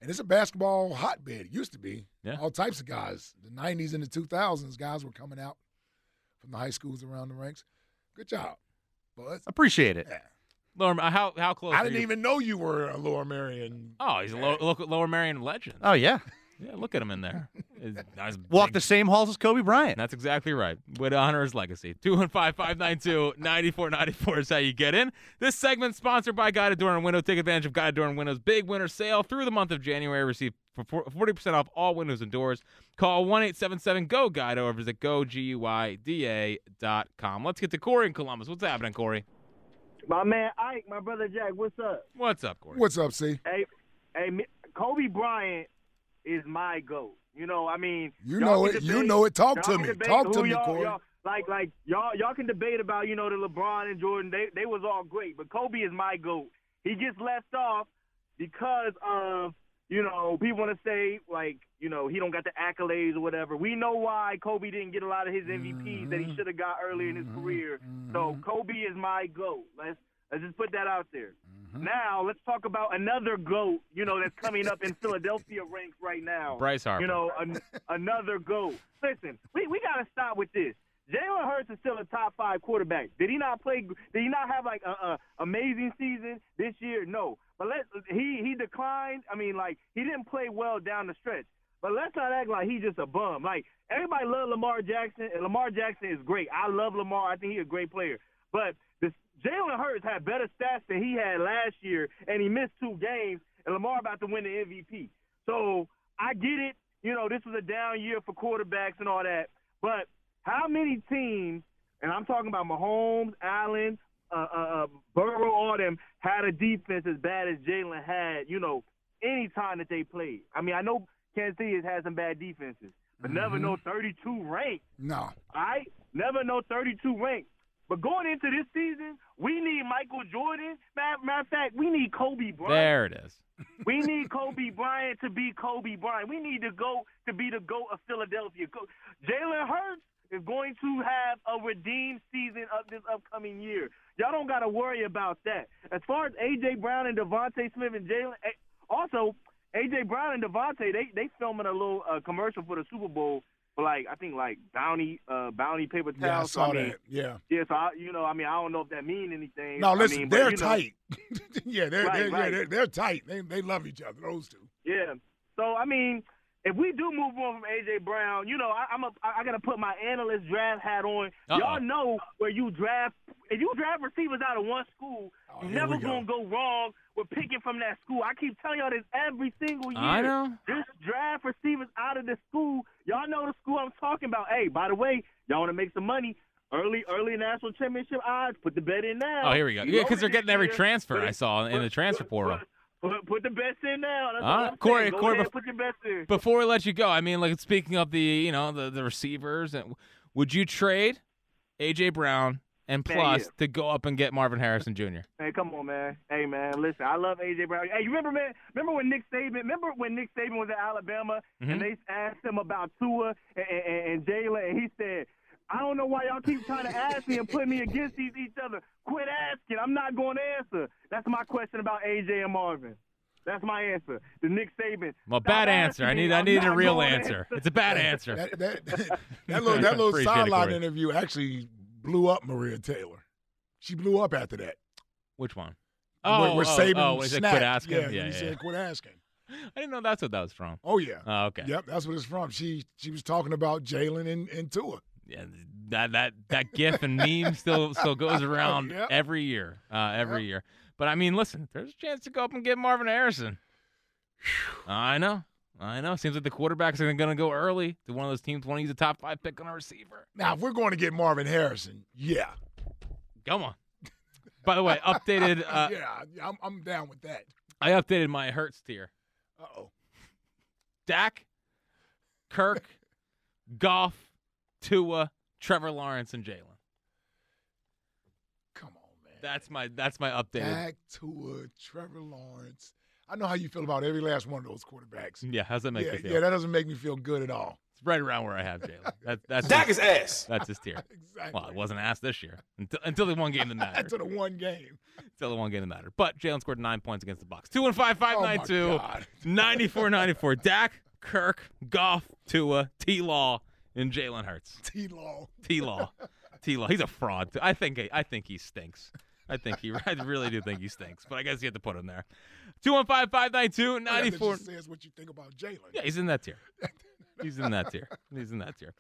Speaker 2: And it's a basketball hotbed. It used to be.
Speaker 1: Yeah.
Speaker 2: All types of guys. The 90s and the 2000s, guys were coming out from the high schools around the ranks. Good job, Buzz.
Speaker 3: Appreciate it.
Speaker 2: Yeah.
Speaker 1: Lower, uh, how how close?
Speaker 2: I
Speaker 1: are
Speaker 2: didn't
Speaker 1: you-
Speaker 2: even know you were a Lower Marion.
Speaker 1: Oh, he's a low, local, Lower Marion legend.
Speaker 2: Uh,
Speaker 3: Oh yeah,
Speaker 1: Yeah, look at him in there.
Speaker 2: [laughs]
Speaker 1: He's nice
Speaker 3: walk
Speaker 1: big
Speaker 3: the same halls as Kobe Bryant.
Speaker 1: And that's exactly right. Way to honor his legacy. 215-592-9494 is how you get in. This segment sponsored by Guided Door and Window. Take advantage of Guided Door and Window's big winter sale through the month of January. Receive for- for- 40% off all windows and doors. Call 1-877-GO-GUIDE or visit goguida.com. Let's get to Corey in Columbus. What's happening, Corey?
Speaker 5: My man Ike, my brother Jack, what's up?
Speaker 1: What's up, Corey?
Speaker 2: What's up, C?
Speaker 5: Hey, hey, me- Kobe Bryant is my goat. You know, I mean,
Speaker 2: You
Speaker 5: y'all
Speaker 2: know
Speaker 5: can
Speaker 2: it. You
Speaker 5: debate-
Speaker 2: know it. Talk
Speaker 5: y'all
Speaker 2: to
Speaker 5: can
Speaker 2: me.
Speaker 5: debate
Speaker 2: Talk to
Speaker 5: who
Speaker 2: me,
Speaker 5: y'all-
Speaker 2: Corey.
Speaker 5: y'all- like, like y'all, y'all can debate about you know the LeBron and Jordan. They they was all great, but Kobe is my goat. He gets left off because of you know people want to say like you know he don't got the accolades or whatever. We know why Kobe didn't get a lot of his MVPs that
Speaker 2: Mm-hmm.
Speaker 5: he should have got early in his career. So Kobe is my goat. Let's let's just put that out there.
Speaker 1: Mm-hmm.
Speaker 5: Now let's talk about another goat. You know that's coming up in Philadelphia ranks right now.
Speaker 1: Bryce Harper.
Speaker 5: You know an, another goat. Listen, we we gotta stop with this. Jalen Hurts is still a top five quarterback. Did he not play? Did he not have like a, a amazing season this year? No, but let he he declined. I mean, like he didn't play well down the stretch. But let's not act like he's just a bum. Like everybody loves Lamar Jackson, and Lamar Jackson is great. I love Lamar. I think he's a great player. But this Jalen Hurts had better stats than he had last year, and he missed two games. And Lamar about to win the MVP. So I get it. You know, this was a down year for quarterbacks and all that. But how many teams, and I'm talking about Mahomes, Allen, uh, uh, uh, Burrow, all them, had a defense as bad as Jalen had, you know, any time that they played? I mean, I know Kansas City has had some bad defenses, but never know 32 ranked.
Speaker 2: No.
Speaker 5: All right? Never know 32 ranked. But going into this season, we need Michael Jordan. Matter, matter of fact, we need Kobe Bryant.
Speaker 1: There it is.
Speaker 5: We need Kobe Bryant to be Kobe Bryant. We need to go to be the GOAT of Philadelphia. Go- Jalen Hurts is going to have a redeemed season of this upcoming year. Y'all don't got to worry about that. As far as A.J. Brown and Devontae Smith and Jalen, eh, also, A.J. Brown and Devontae, they, they filming a little uh, commercial for the Super Bowl for, like, I think, like, Bounty uh, bounty paper towels.
Speaker 2: Yeah, I
Speaker 5: So,
Speaker 2: saw
Speaker 5: mean,
Speaker 2: that. Yeah.
Speaker 5: Yeah, so, I, you know, I mean, I don't know if that mean anything.
Speaker 2: No,
Speaker 5: I
Speaker 2: listen,
Speaker 5: mean, but,
Speaker 2: they're
Speaker 5: you know-
Speaker 2: tight. [laughs] yeah, they're,
Speaker 5: Right,
Speaker 2: they're, yeah,
Speaker 5: right.
Speaker 2: they're they're tight. They they love each other. Those two.
Speaker 5: Yeah. So I mean, if we do move on from AJ Brown, you know, I, I'm a, I, I gotta put my analyst draft hat on.
Speaker 1: Uh-oh.
Speaker 2: Uh-uh.
Speaker 5: Y'all know where you draft. If you draft receivers out of one school,
Speaker 2: Oh,
Speaker 5: you
Speaker 2: here
Speaker 5: never
Speaker 2: we go.
Speaker 5: gonna go wrong with picking from that school. I keep telling y'all this every single year.
Speaker 1: I know.
Speaker 5: This draft receivers out of the school. Y'all know the school I'm talking about. Hey, by the way, y'all wanna make some money? Early, early national championship odds. Put the bet in now.
Speaker 1: Oh, here we go.
Speaker 5: You
Speaker 1: Yeah,
Speaker 5: know
Speaker 1: because they're
Speaker 5: this
Speaker 1: getting every
Speaker 5: year.
Speaker 1: transfer
Speaker 5: Put
Speaker 1: I
Speaker 5: it-
Speaker 1: saw in
Speaker 5: put-
Speaker 1: the transfer
Speaker 5: put-
Speaker 1: portal.
Speaker 5: Put, put, put the best in now. That's
Speaker 1: All
Speaker 5: all
Speaker 1: right,
Speaker 5: I'm
Speaker 1: Corey,
Speaker 5: saying. Go
Speaker 1: Corey,
Speaker 5: ahead,
Speaker 1: bef-
Speaker 5: put your best in.
Speaker 1: Before we let you go, I mean, like speaking of the you know the, the receivers, and would you trade AJ Brown and
Speaker 5: Man,
Speaker 1: plus
Speaker 5: yeah.
Speaker 1: to go up and get Marvin Harrison Jr.?
Speaker 5: Hey, come on, man. Hey, man, listen. I love AJ Brown. Hey, you remember, man? Remember when Nick Saban? Remember when Nick Saban was at Alabama
Speaker 1: Mm-hmm.
Speaker 5: and they asked him about Tua and, and, and Jalen, and he said, "I don't know why y'all keep trying to ask me and put me against these, each other. Quit asking. I'm not going to answer." That's my question about AJ and Marvin. That's my answer. The Nick Saban.
Speaker 1: Well,
Speaker 5: Stop
Speaker 1: bad answer.
Speaker 5: asking
Speaker 1: I
Speaker 5: me.
Speaker 1: need I
Speaker 5: I'm
Speaker 1: need a
Speaker 5: not
Speaker 1: real
Speaker 5: gonna
Speaker 1: answer. It's a bad answer. [laughs]
Speaker 2: That that, [laughs] that, little that little
Speaker 1: Appreciate it,
Speaker 2: sideline
Speaker 1: Corey.
Speaker 2: interview actually blew up Maria Taylor. She blew up after that.
Speaker 1: Which one?
Speaker 2: we're, we're saving
Speaker 1: oh, when he said
Speaker 2: snapped.
Speaker 1: quit asking.
Speaker 2: Yeah,
Speaker 1: Yeah, yeah,
Speaker 2: he said quit asking.
Speaker 1: I didn't know that's what that was from.
Speaker 2: Oh yeah.
Speaker 1: Oh, okay.
Speaker 2: Yep, that's what it's from. She she was talking about Jalen and, and Tua.
Speaker 1: Yeah, that that that GIF and
Speaker 2: [laughs]
Speaker 1: meme still still goes around
Speaker 2: Yep.
Speaker 1: every year, uh, every year. But I mean, listen, there's a chance to go up and get Marvin Harrison. I know, I know. Seems like the quarterbacks are going to go early to one of those teams. Want to use a top five pick on a receiver?
Speaker 2: Now, if we're going to get Marvin Harrison, yeah,
Speaker 1: Come
Speaker 2: [laughs]
Speaker 1: on. By the way, updated. Uh,
Speaker 2: yeah, I'm, I'm down with that.
Speaker 1: I updated my Hertz tier.
Speaker 2: Uh oh,
Speaker 1: Dak, Kirk, Goff, Tua, Trevor Lawrence, and Jalen.
Speaker 2: come on, man.
Speaker 1: That's my that's my updated.
Speaker 2: Back to a Trevor Lawrence. I know how you feel about every last one of those quarterbacks.
Speaker 1: Yeah, how's that make
Speaker 2: yeah,
Speaker 1: you feel?
Speaker 2: yeah, that doesn't make me feel good at all.
Speaker 1: it's right around where I have
Speaker 2: [laughs]
Speaker 1: Jalen. That, that's
Speaker 5: Dak
Speaker 1: his,
Speaker 5: is ass.
Speaker 1: that's his tier.
Speaker 2: Exactly.
Speaker 1: Well, it wasn't asked this year until, until the one game that mattered.
Speaker 2: to the one game.
Speaker 1: until the one game that mattered. But Jalen scored nine points against the Bucks. Two and five, five
Speaker 2: Oh my
Speaker 1: nine two.
Speaker 2: God. [laughs]
Speaker 1: 94 94. Dak, Kirk, Goff, Tua, T Law, and Jalen Hurts.
Speaker 2: T Law.
Speaker 1: T
Speaker 2: [laughs]
Speaker 1: Law. T Law. He's a fraud. I think I think he stinks. I think he [laughs] I really do think he stinks, but I guess you have to put him there. 215 592 94.
Speaker 2: says what you think about Jalen.
Speaker 1: Yeah, he's in that tier. He's in that tier. He's in that tier.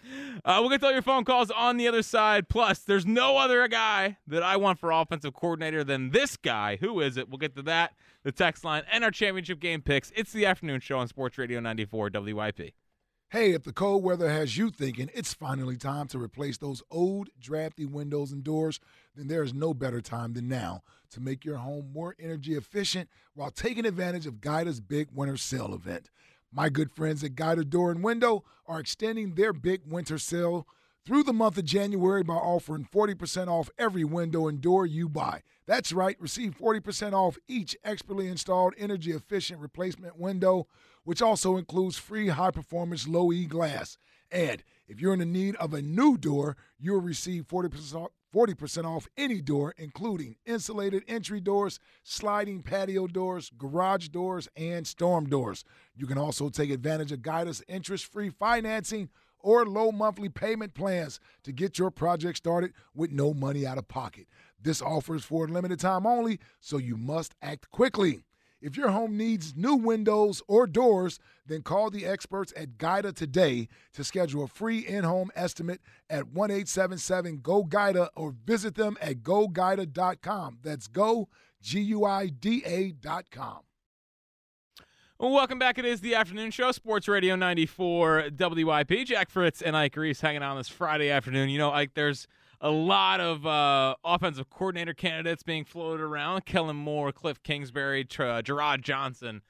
Speaker 1: Uh, we'll get to all your phone calls on the other side. Plus, there's no other guy that I want for offensive coordinator than this guy. Who is it? We'll get to that, the text line, and our championship game picks. It's the afternoon show on Sports Radio 94 WIP.
Speaker 2: Hey, if the cold weather has you thinking it's finally time to replace those old, drafty windows and doors, then there is no better time than now to make your home more energy efficient while taking advantage of Guida's big winter sale event. My good friends at Guida Door and Window are extending their big winter sale through the month of January by offering 40% off every window and door you buy. That's right, receive 40% off each expertly installed energy efficient replacement window, which also includes free high performance low E glass. And if you're in the need of a new door, you'll receive 40% off. 40% off any door, including insulated entry doors, sliding patio doors, garage doors, and storm doors. You can also take advantage of Guida's interest free financing or low monthly payment plans to get your project started with no money out of pocket. This offer is for a limited time only, so you must act quickly. If your home needs new windows or doors, then call the experts at Guida today to schedule a free in-home estimate at 1-877-GO-GUIDA or visit them at goguida.com. That's go, G-U-I-D-A dot com.
Speaker 1: Well, Welcome back. It is the afternoon show, Sports Radio 94 WIP. Jack Fritz and Ike Reese hanging out on this Friday afternoon. You know, Ike, there's a lot of uh, offensive coordinator candidates being floated around Kellen Moore, Cliff Kingsbury, Tra- Gerard Johnson.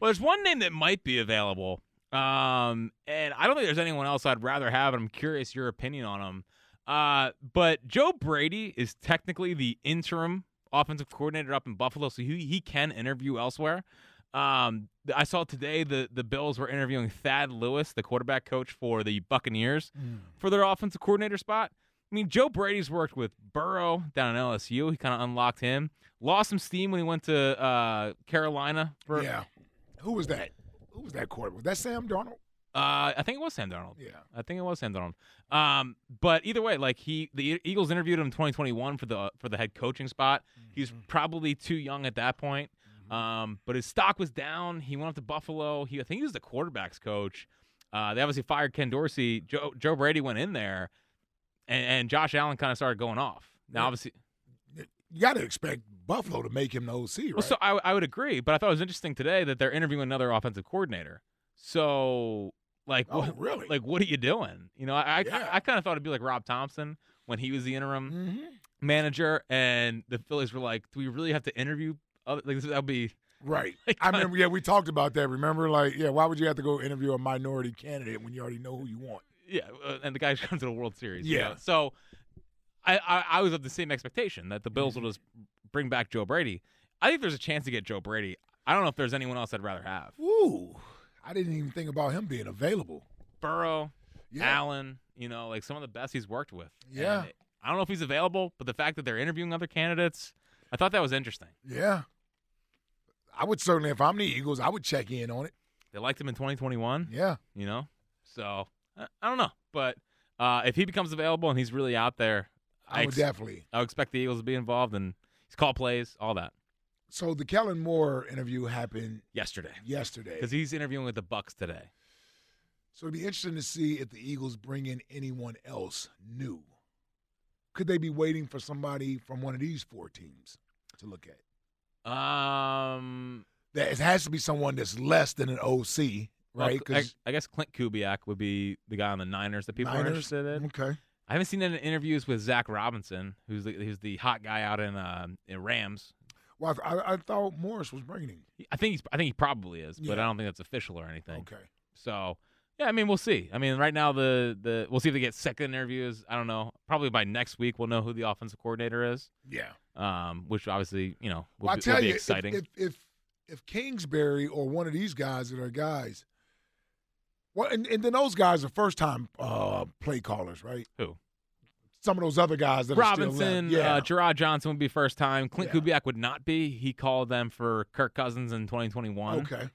Speaker 1: Well, there's one name that might be available, um, and I don't think there's anyone else I'd rather have. And I'm curious your opinion on him. Uh, but Joe Brady is technically the interim offensive coordinator up in Buffalo, so he, he can interview elsewhere. Um, th- I saw today the the Bills were interviewing Thad Lewis, the quarterback coach for the Buccaneers, for their offensive coordinator spot. I mean, Joe Brady's worked with Burrow down at LSU. He kind of unlocked him. Lost some steam when he went to uh, Carolina. For,
Speaker 2: Yeah. Who was that? Who was that quarterback? Was that Sam Darnold?
Speaker 1: Uh, I think it was Sam Darnold.
Speaker 2: Yeah.
Speaker 1: I think it was Sam Darnold. Um, but either way, like he, the E-, Eagles interviewed him in 2021 for the uh, for the head coaching spot. He
Speaker 2: Mm-hmm.
Speaker 1: was probably too young at that point. Um, but his stock was down. He went up to Buffalo. He, I think he was the quarterbacks coach. Uh, they obviously fired Ken Dorsey. Joe, Joe Brady went in there, and, and Josh Allen kind of started going off. Now,
Speaker 2: Yeah.
Speaker 1: obviously,
Speaker 2: You got to expect Buffalo to make him the OC, right?
Speaker 1: well, so I, I would agree. But I thought it was interesting today that they're interviewing another offensive coordinator. So, like,
Speaker 2: oh,
Speaker 1: what-
Speaker 2: really?
Speaker 1: like what are you doing you know i I-
Speaker 2: Yeah.
Speaker 1: I, kind of thought it'd be like rob thompson when he was the interim [laughs]
Speaker 2: hmm
Speaker 1: manager and the phillies were like do we really have to interview other, like that would be
Speaker 2: Right.
Speaker 1: Like,
Speaker 2: I remember, yeah, we talked about that. Remember, like, yeah, why would you have to go interview a minority candidate when you already know who you want?
Speaker 1: yeah uh, and the [laughs] guy's gone to the world series you
Speaker 2: Yeah.
Speaker 1: know? so I, I i was of the same expectation that the bills
Speaker 2: Mm-hmm.
Speaker 1: will just bring back joe brady i think there's a chance to get joe brady i don't know if there's anyone else i'd rather have
Speaker 2: Ooh, I didn't even think about him being available.
Speaker 1: burrow
Speaker 2: Yeah.
Speaker 1: allen you know like some of the best he's worked with
Speaker 2: Yeah.
Speaker 1: And i don't know if he's available but the fact that they're interviewing other candidates i thought that was interesting
Speaker 2: Yeah. I would certainly, if I'm the Eagles, I would check in on it.
Speaker 1: they liked him in 2021
Speaker 2: Yeah.
Speaker 1: you know. So I, I don't know, but uh, if he becomes available and he's really out there,
Speaker 2: I,
Speaker 1: I,
Speaker 2: would
Speaker 1: ex-
Speaker 2: definitely.
Speaker 1: I would expect the Eagles to be involved and he's call plays, all that.
Speaker 2: So the Kellen Moore interview happened
Speaker 1: Yesterday,
Speaker 2: yesterday.
Speaker 1: because he's interviewing with the Bucks today.
Speaker 2: So it'd be interesting to see if the Eagles bring in anyone else new. Could they be waiting for somebody from one of these four teams to look at?
Speaker 1: Um,
Speaker 2: That it has to be someone that's less than an OC,
Speaker 1: well,
Speaker 2: right?
Speaker 1: I, I guess Clint Kubiak would be the guy on the Niners that people are
Speaker 2: Niners?
Speaker 1: interested in.
Speaker 2: okay,
Speaker 1: I haven't seen any interviews with Zach Robinson, who's the, who's the hot guy out in uh, in Rams.
Speaker 2: well, I, I- I thought Morris was bringing him.
Speaker 1: I think he's I think he probably is, but
Speaker 2: Yeah.
Speaker 1: I don't think that's official or anything.
Speaker 2: Okay,
Speaker 1: So Yeah, I mean, we'll see. I mean, right now the the we'll see if they get second interviews. I don't know. Probably by next week we'll know who the offensive coordinator is.
Speaker 2: Yeah.
Speaker 1: Um, which obviously you know will,
Speaker 2: Well,
Speaker 1: be,
Speaker 2: I tell
Speaker 1: will be
Speaker 2: you, if-
Speaker 1: exciting.
Speaker 2: If, if if Kingsbury or one of these guys that are guys, well, and, and then those guys are first time uh, play callers, right?
Speaker 1: Who?
Speaker 2: Some of those other guys that are still
Speaker 1: Robinson,
Speaker 2: left. yeah,
Speaker 1: uh, Gerard Johnson would be first time. Clint
Speaker 2: Yeah.
Speaker 1: Kubiak would not be. He called them for Kirk Cousins in 2021.
Speaker 2: okay,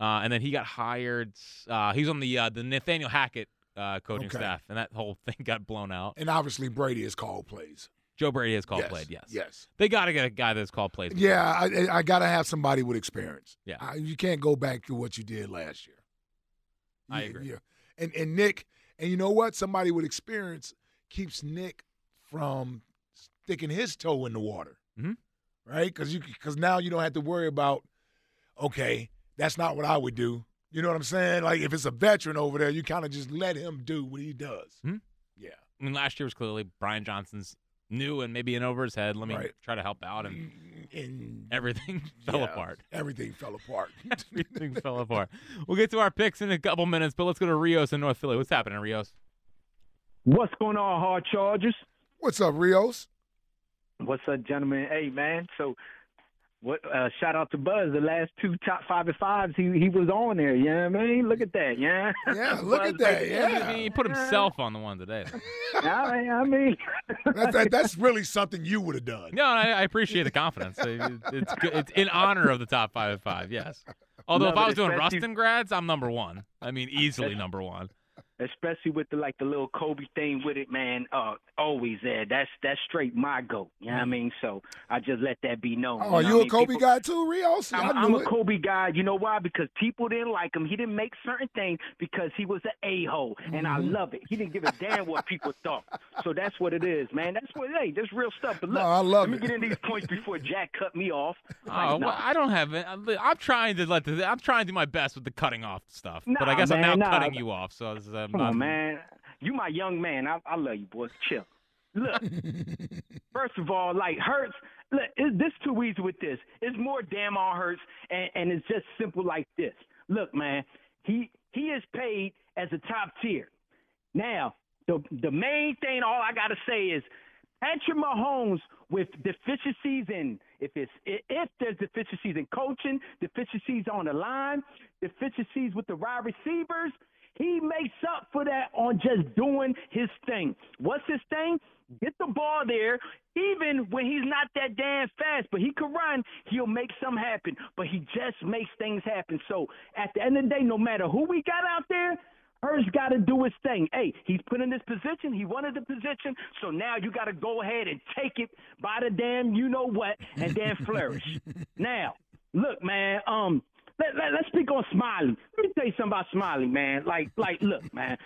Speaker 1: Uh, and then he got hired. Uh, he was on the uh, the Nathaniel Hackett uh, coaching
Speaker 2: Okay.
Speaker 1: staff, and that whole [laughs] thing got blown out.
Speaker 2: and obviously Brady is called plays.
Speaker 1: Joe Brady has called
Speaker 2: yes.
Speaker 1: played. Yes.
Speaker 2: yes,
Speaker 1: They got to get a guy that's called played.
Speaker 2: yeah. I- I, I gotta have somebody with experience.
Speaker 1: Yeah.
Speaker 2: I, you can't go back to what you did last year.
Speaker 1: I
Speaker 2: Yeah,
Speaker 1: agree.
Speaker 2: Yeah, and and Nick, and you know what? Somebody with experience keeps Nick from sticking his toe in the water,
Speaker 1: Mhm.
Speaker 2: right? Because you because now you don't have to worry about okay, that's not what I would do. You know what I'm saying? Like if it's a veteran over there, you kind of just let him do what he does.
Speaker 1: Mhm.
Speaker 2: Yeah,
Speaker 1: I mean, last year was clearly Brian Johnson's new and maybe in over his head. Let me
Speaker 2: Right. Mm.
Speaker 1: try to help out, and
Speaker 2: and
Speaker 1: everything [laughs] fell
Speaker 2: yeah,
Speaker 1: apart.
Speaker 2: Everything fell apart. [laughs]
Speaker 1: Everything fell apart. We'll get to our picks in a couple minutes, but let's go to Rios in North Philly. What's happening, Rios?
Speaker 5: What's going on, Hard Chargers?
Speaker 2: What's up, Rios?
Speaker 5: What's up, gentlemen? Hey, man. So, what? Uh, shout out to Buzz. The last two top five and fives, he he was on there. Yeah, you know what I mean, look at that. Yeah. [laughs]
Speaker 2: Yeah, look at
Speaker 5: Buzz,
Speaker 2: that.
Speaker 1: I mean,
Speaker 2: Yeah,
Speaker 1: he put himself on the one
Speaker 5: [laughs]
Speaker 1: today. though.
Speaker 5: I, I mean, [laughs]
Speaker 2: that, that- that's really something you would have done.
Speaker 1: No, I, I appreciate the confidence. It- It's good. it's in honor of the top five of five. Yes. Although
Speaker 5: No,
Speaker 1: if
Speaker 5: but
Speaker 1: I was doing
Speaker 5: especially-
Speaker 1: Rustin grads, I'm number one. I mean, easily number one.
Speaker 5: especially with the like the little Kobe thing with it, man. Uh, always there. That's that's straight my goat. You know what I mean? So I just let that be known.
Speaker 2: Mm. Oh,
Speaker 5: know
Speaker 2: you
Speaker 5: what I
Speaker 2: a
Speaker 5: mean?
Speaker 2: Kobe
Speaker 5: People-
Speaker 2: guy too, Rios? I
Speaker 5: I'm,
Speaker 2: knew
Speaker 5: I'm a
Speaker 2: it.
Speaker 5: Kobe guy. You know why? Because people didn't like him. He didn't make certain things because he was an a hole, and
Speaker 2: Mm-hmm.
Speaker 5: I love it. He didn't give a damn what people thought. So that's what it is, man. That's what. Hey, that's real stuff. But
Speaker 2: No,
Speaker 5: look,
Speaker 2: I love
Speaker 5: let me
Speaker 2: it.
Speaker 5: get in these points before Jack cut me off. Like,
Speaker 1: Oh,
Speaker 5: nah.
Speaker 1: well, I don't have it. I'm I'm trying to let the. I'm trying to do my best with the cutting off stuff, but I
Speaker 5: Nah,
Speaker 1: guess I'm now
Speaker 5: man, nah.
Speaker 1: cutting you off. So it's, uh,
Speaker 5: Come
Speaker 1: not-
Speaker 5: on, man. You my young man. I, I love you, boy. Chill.
Speaker 2: [laughs]
Speaker 5: Look, first of all, like Hurts. Look, it, this too easy with this. It's more damn on Hurts, and, and it's just simple like this. Look, man. He he is paid as a top tier. Now, the the main thing, all I gotta say is Patrick Mahomes with deficiencies in if it's i- if there's deficiencies in coaching, deficiencies on the line, deficiencies with the wide receivers, he makes up for that on just doing his thing. What's his thing? Get the ball there, even when he's not that damn fast, but he can run, he'll make something happen. But he just makes things happen. So at the end of the day, no matter who we got out there, Hurts got to do his thing. Hey, he's put in this position. He wanted the position. So now you got to go ahead and take it by the damn you know what and then flourish. now, look, man, um, let, let, let's speak on Smiley. Let me tell you something about Smiley, man. Like, like, look, man.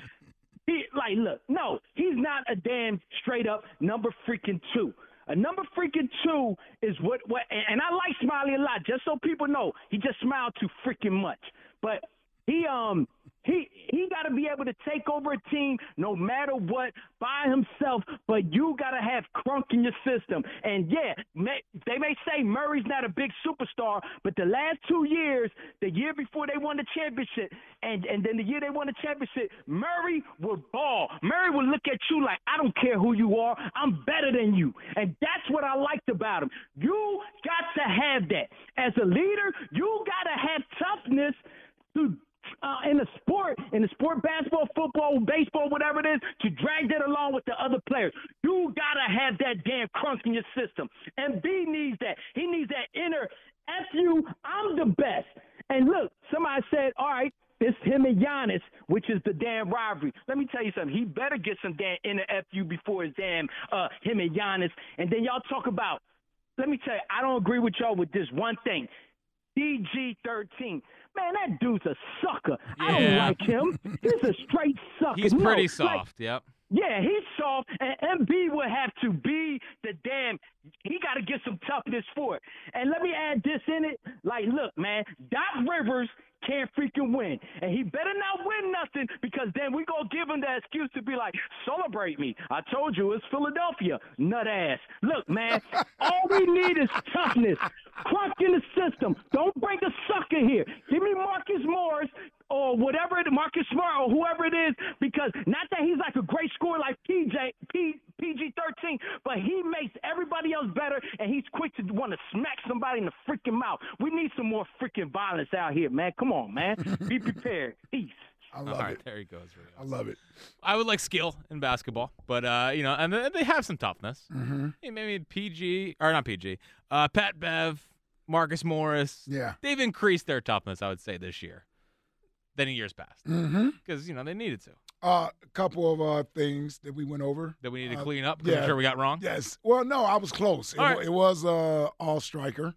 Speaker 5: He, like, look, no, he's not a damn straight up number freaking two. A number freaking two is what, what and, and I like Smiley a lot, just so people know. He just smiled too freaking much. But he um he he got to be able to take over a team no matter what by himself. But you got to have crunk in your system. And yeah, may, they may say Murray's not a big superstar, but the last two years, the year before they won the championship, and and then the year they won the championship, Murray would ball. Murray would look at you like I don't care who you are, I'm better than you. And that's what I liked about him. You got to have that as a leader. You got to have toughness to uh, in the sport, in the sport, basketball, football, baseball, whatever it is, to drag that along with the other players. You gotta have that damn crunk in your system. And B needs that. He needs that inner F you, I'm the best. And look, somebody said, all right, it's him and Giannis, which is the damn rivalry. Let me tell you something. He better get some damn inner FU before his damn uh, him and Giannis. And then y'all talk about, let me tell you, I don't agree with y'all with this one thing. DG13. Man, that dude's a sucker. I don't
Speaker 1: Yeah.
Speaker 5: like him. He's a straight sucker.
Speaker 1: He's
Speaker 5: No,
Speaker 1: pretty
Speaker 5: like,
Speaker 1: soft. Yep.
Speaker 5: yeah, he's soft, and MB will have to be the damn. He got to get some toughness for it. And let me add this in it. Like, look, man, Doc Rivers can't freaking win, and he better not win nothing because then we gonna give him the excuse to be like, celebrate me. I told you it's Philadelphia, nut ass. Look, man, all we need is toughness. Crunk in the system. Don't bring a sucker here. Give me Marcus Morris or or whatever it, Marcus Smart or whoever it is, because not that he's like a great scorer like PJ P, PG thirteen, but he makes everybody else better, and he's quick to want to smack somebody in the freaking mouth. We need some more freaking violence out here, man. Come on, man. Be prepared. Peace.
Speaker 2: I
Speaker 1: All
Speaker 2: love
Speaker 1: right,
Speaker 2: it.
Speaker 1: there he goes. Rio.
Speaker 2: I love it.
Speaker 1: I would like skill in basketball, but uh, you know, and they they have some toughness.
Speaker 2: Mm.
Speaker 1: Mm-hmm. Maybe PG or not PG, uh, Pat Bev, Marcus Morris.
Speaker 2: Yeah.
Speaker 1: they've increased their toughness. I would say this year than in years past
Speaker 2: Mm-hmm.
Speaker 1: because you know they needed to.
Speaker 2: Uh, a couple of uh, things that we went over.
Speaker 1: That we need
Speaker 2: Uh,
Speaker 1: to clean up. 'cause I'm
Speaker 2: yeah.
Speaker 1: sure we got wrong.
Speaker 2: Yes. Well, no, I was close. It,
Speaker 1: All
Speaker 2: wa-
Speaker 1: right.
Speaker 2: it was uh, all striker.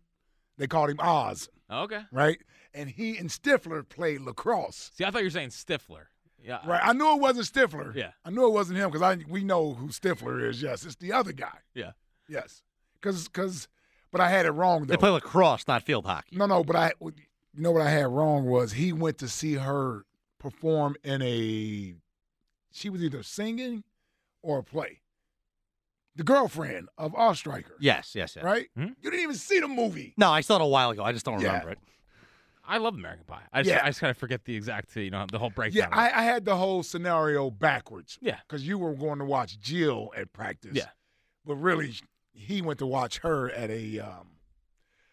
Speaker 2: They called him Oz,
Speaker 1: Okay.
Speaker 2: right? And he and Stifler played lacrosse.
Speaker 1: See, I thought you were saying Stifler. Yeah.
Speaker 2: Right. I knew it wasn't Stifler.
Speaker 1: Yeah.
Speaker 2: I knew it wasn't him because I we know who Stifler is. Yes, it's the other guy.
Speaker 1: Yeah.
Speaker 2: Yes. Because because, but I had it wrong though.
Speaker 3: They play lacrosse, not field hockey.
Speaker 2: no, no. But I you know what I had wrong was he went to see her perform in a. She was either singing or a play. The girlfriend of our striker.
Speaker 3: Yes, yes, yes.
Speaker 2: Right.
Speaker 1: Hmm?
Speaker 2: You didn't even see the movie.
Speaker 3: No, I saw it a while ago. I just don't
Speaker 2: Yeah.
Speaker 3: remember it.
Speaker 1: I love American Pie. I just,
Speaker 2: Yeah.
Speaker 1: I just kind of forget the exact, you know, the whole
Speaker 2: Yeah,
Speaker 1: breakdown.
Speaker 2: I, I had the whole scenario backwards.
Speaker 1: Yeah.
Speaker 2: Because you were going to watch Jill at practice.
Speaker 1: Yeah.
Speaker 2: But really, he went to watch her at a. Um,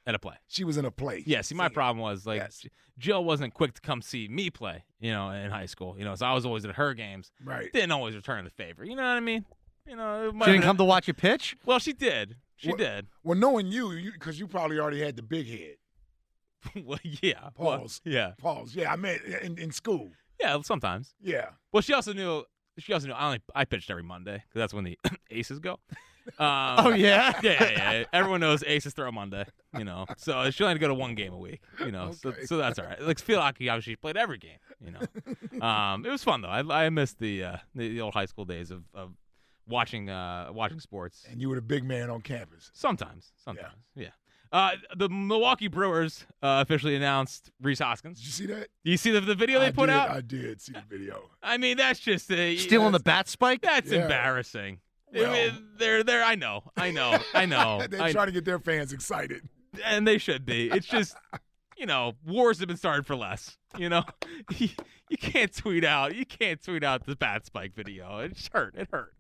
Speaker 1: at a play.
Speaker 2: she was in a play.
Speaker 1: Yeah, see, my problem was like
Speaker 2: Yes.
Speaker 1: Jill wasn't quick to come see me play, you know, in high school. You know, so I was always at her games.
Speaker 2: Right.
Speaker 1: Didn't always return the favor. You know what I mean? You know, it might
Speaker 3: She
Speaker 1: have
Speaker 3: didn't
Speaker 1: been-
Speaker 3: come to watch
Speaker 2: [laughs]
Speaker 3: you pitch?
Speaker 1: Well, she did. She
Speaker 2: What-
Speaker 1: did. [laughs]
Speaker 2: Well, knowing you, because you, probably already had the big head.
Speaker 1: well, yeah. Well,
Speaker 2: Pause.
Speaker 1: yeah.
Speaker 2: Pause. Yeah, I meant in, in school.
Speaker 1: Yeah. Sometimes.
Speaker 2: Yeah.
Speaker 1: Well, she also knew. She also knew I only I pitched every Monday because that's when the [clears throat] aces go.
Speaker 3: [laughs]
Speaker 1: Um,
Speaker 3: Oh, yeah?
Speaker 1: yeah, yeah, yeah. Everyone knows aces throw Monday, you know. So she only had to go to one game a week, you know. So,
Speaker 2: Okay.
Speaker 1: so that's all right. Like field hockey, obviously, she played every game, you
Speaker 2: [laughs]
Speaker 1: know. Um, it was fun though. I, I missed the, uh, the the old high school days of, of watching uh, watching sports.
Speaker 2: And you were the big man on campus.
Speaker 1: Sometimes, sometimes, yeah. Uh, the Milwaukee Brewers uh, officially announced Reese
Speaker 2: Did
Speaker 1: Hoskins.
Speaker 2: you see that?
Speaker 1: You see the, the video they
Speaker 2: I
Speaker 1: put
Speaker 2: did,
Speaker 1: out?
Speaker 2: I did see the video.
Speaker 1: I mean, that's just a,
Speaker 3: [laughs] Stealing the bat spike?
Speaker 1: That's
Speaker 2: Yeah.
Speaker 1: embarrassing. I
Speaker 2: Well-
Speaker 1: mean, they're there. I know. I know.
Speaker 2: [laughs]
Speaker 1: I know.
Speaker 2: They're
Speaker 1: Oh, I-
Speaker 2: trying to get their fans excited.
Speaker 1: and they should be. It's just, [laughs] you know, wars have been started for less. You know, [laughs] you, you can't tweet out. You can't tweet out the bat spike video. It hurt. It hurt.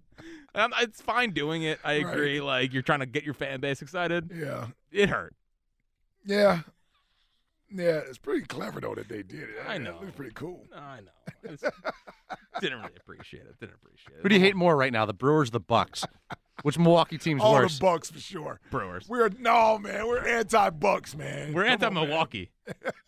Speaker 1: Um, it's fine doing it. I
Speaker 2: Right.
Speaker 1: agree. Like you're trying to get your fan base excited.
Speaker 2: Yeah.
Speaker 1: It hurt.
Speaker 2: Yeah. Yeah, it's pretty clever though that they did it.
Speaker 1: I know.
Speaker 2: It was pretty cool.
Speaker 1: I know. I
Speaker 2: [laughs]
Speaker 1: just didn't really appreciate it. Didn't appreciate it.
Speaker 3: Who do you hate more right now, the Brewers or
Speaker 2: [laughs]
Speaker 3: the Bucks? Which Milwaukee team's
Speaker 2: All
Speaker 3: worse?
Speaker 2: the Bucks for sure.
Speaker 1: Brewers.
Speaker 2: We're no man. We're anti Bucks, man.
Speaker 1: We're
Speaker 2: Come
Speaker 1: anti
Speaker 2: on, man.
Speaker 1: Milwaukee.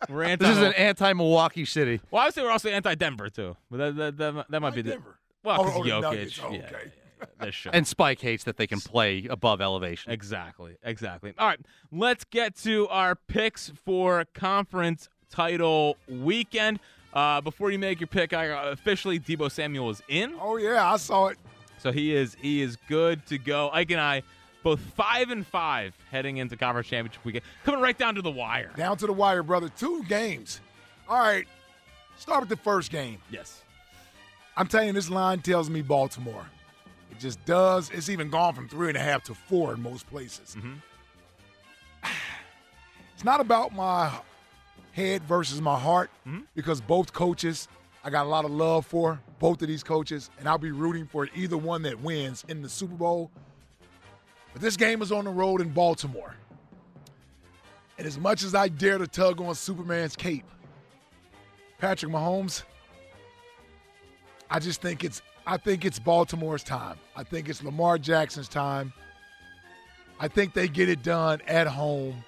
Speaker 1: We're
Speaker 2: [laughs]
Speaker 1: anti.
Speaker 3: this is an anti-Milwaukee city.
Speaker 1: well, I would say we're also anti Denver too, but that that, that, that might
Speaker 2: Why
Speaker 1: be the
Speaker 2: Denver?
Speaker 1: Well,
Speaker 2: Oh,
Speaker 1: because
Speaker 2: oh, the Nuggets.
Speaker 1: Jokic.
Speaker 2: Oh,
Speaker 1: yeah,
Speaker 2: okay.
Speaker 1: yeah, yeah, yeah.
Speaker 2: [laughs]
Speaker 1: This show.
Speaker 3: And Spike hates that they can play above elevation.
Speaker 1: exactly, exactly. All right, let's get to our picks for conference title weekend. Uh, before you make your pick, I uh, officially Debo Samuel is in,
Speaker 2: Oh yeah, I saw it.
Speaker 1: so he is he is good to go. Ike and I, both five and five, heading into conference championship weekend, coming right down to the wire.
Speaker 2: Down to the wire, brother. Two games. All right. Start with the first game.
Speaker 1: Yes,
Speaker 2: I'm telling you, this line tells me Baltimore. It just does. It's even gone from three and a half to four in most places.
Speaker 1: Mm-hmm.
Speaker 2: [sighs] It's not about my head versus my heart
Speaker 1: Mm-hmm.
Speaker 2: because both coaches I got a lot of love for, both of these coaches, and I'll be rooting for either one that wins in the Super Bowl. But this game is on the road in Baltimore. And as much as I dare to tug on Superman's cape, Patrick Mahomes, I just think it's I think it's Baltimore's time. I think it's Lamar Jackson's time. I think they get it done at home.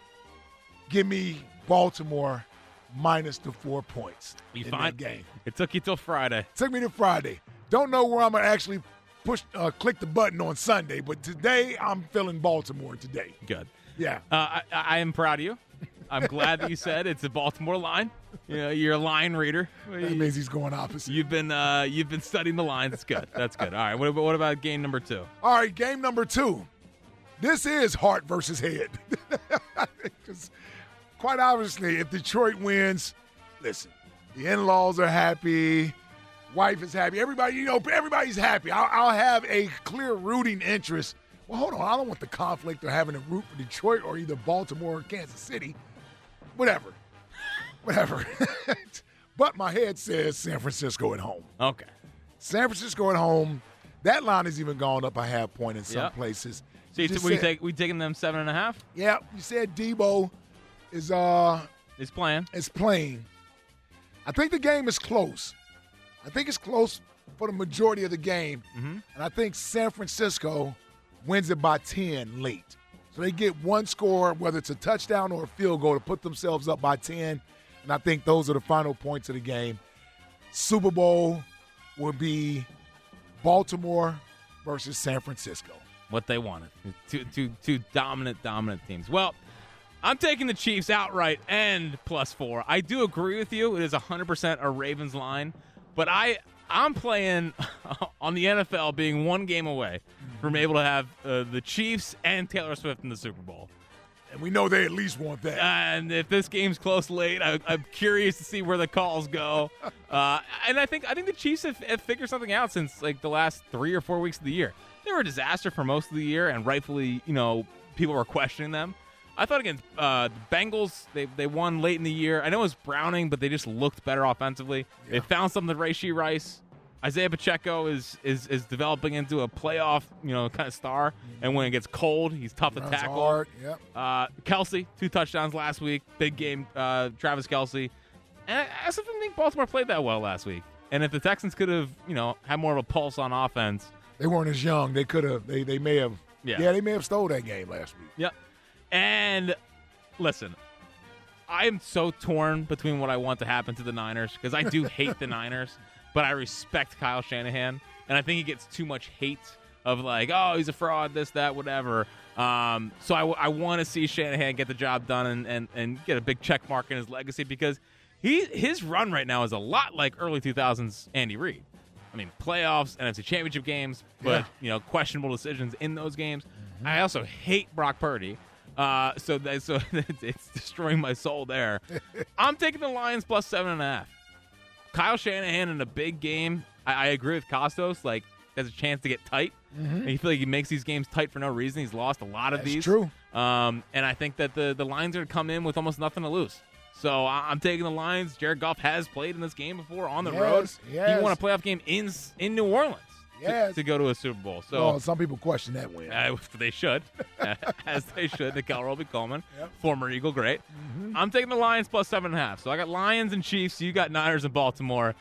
Speaker 2: Give me Baltimore minus the four points
Speaker 1: you
Speaker 2: in
Speaker 1: find
Speaker 2: that game.
Speaker 1: It took you till Friday.
Speaker 2: Took me to Friday. Don't know where I'm gonna actually push uh, click the button on Sunday, but today I'm feeling Baltimore today.
Speaker 1: Good.
Speaker 2: Yeah.
Speaker 1: Uh, I, I I am proud of you. I'm glad that you said it's a Baltimore line. You know, you're a line
Speaker 2: [laughs]
Speaker 1: reader.
Speaker 2: That means he's going opposite.
Speaker 1: You've been uh, you've been studying the lines. It's good. That's good. All right. What, about- what about game number two?
Speaker 2: All right, game number two. This is heart versus head. [laughs] 'Cause quite obviously, if Detroit wins, listen, the in-laws are happy, wife is happy, everybody, you know, everybody's happy. I'll, I'll have a clear rooting interest. Well, hold on, I don't want the conflict of having to root for Detroit or either Baltimore or Kansas City. Whatever, whatever. [laughs] But my head says San Francisco at home.
Speaker 1: Okay.
Speaker 2: San Francisco at home. That line has even gone up a half point in some
Speaker 1: Yep.
Speaker 2: places.
Speaker 1: So you
Speaker 2: Just
Speaker 1: we
Speaker 2: said-
Speaker 1: take we taking them seven and a half.
Speaker 2: Yeah, you said Debo is uh
Speaker 1: He's playing.
Speaker 2: is playing. I think the game is close. I think it's close for the majority of the game, and I think San Francisco wins it by ten late. So they get one score, whether it's a touchdown or a field goal, to put themselves up by ten. And I think those are the final points of the game. Super Bowl will be Baltimore versus San Francisco.
Speaker 1: what they wanted. Two, two, two dominant, dominant teams. Well, I'm taking the Chiefs outright and plus four. I do agree with you. It is 100% a Ravens line, but I I'm playing [laughs] on the NFL being one game away from able to have uh, the Chiefs and Taylor Swift in the Super Bowl.
Speaker 2: And we know they at least want that.
Speaker 1: Uh, And if this game's close late, I, I'm curious to see where the calls go. Uh, and I think I think the Chiefs have, have figured something out since like the last three or four weeks of the year. They were a disaster for most of the year, and rightfully, you know, people were questioning them. I thought against uh, the Bengals, they, they won late in the year. I know it was Browning, but they just looked better offensively. They found something to Rashi Rice. Isaiah Pacheco is, is is developing into a playoff, you know, kind of star. And when it gets cold, he's tough to
Speaker 2: Runs
Speaker 1: tackle.
Speaker 2: hard. Yep.
Speaker 1: Uh, Kelsey, two touchdowns last week. Big game, uh, Travis Kelsey. And I, I still didn't think Baltimore played that well last week. And if the Texans could have, you know, had more of a pulse on offense.
Speaker 2: They weren't as young. They could have. They they may have.
Speaker 1: Yeah.
Speaker 2: yeah, they may have stole that game last week.
Speaker 1: Yep. And listen, I am so torn between what I want to happen to the Niners because I do hate the Niners, but I respect Kyle Shanahan, and I think he gets too much hate of like, oh, he's a fraud, this, that, whatever. Um, so I, want to see Shanahan get the job done and, and, and get a big check mark in his legacy because he his run right now is a lot like early 2000s Andy Reid. I mean, playoffs, NFC championship games, but,
Speaker 2: Yeah. Mm-hmm.
Speaker 1: you know, questionable decisions in those games. I also hate Brock Purdy. Uh, so that, so [laughs] it's destroying my soul
Speaker 2: [laughs]
Speaker 1: there. I'm taking the Lions plus seven and a half. Kyle Shanahan in a big game. I, I agree with Costos. Like, has a chance to get tight. And you feel like he makes these games tight for no reason. He's lost a lot of
Speaker 2: Mm-hmm. That's
Speaker 1: these.
Speaker 2: true.
Speaker 1: Um, and I think that the the Lions are going to come in with almost nothing to lose. So I, I'm taking the Lions. Jared Goff has played in this game before on the road.
Speaker 2: Yes, yes.
Speaker 1: He won a playoff game in s- in New Orleans to-
Speaker 2: Yes.
Speaker 1: to, go to a Super Bowl. So [laughs]
Speaker 2: Well, Oh, some people question that win.
Speaker 1: uh, they should, [laughs] as they should. The Cal Roby Coleman,
Speaker 2: Yep. Mm-hmm.
Speaker 1: former Eagle, great. I'm taking the Lions plus seven and a half. So I got Lions and Chiefs. You got Niners and Baltimore.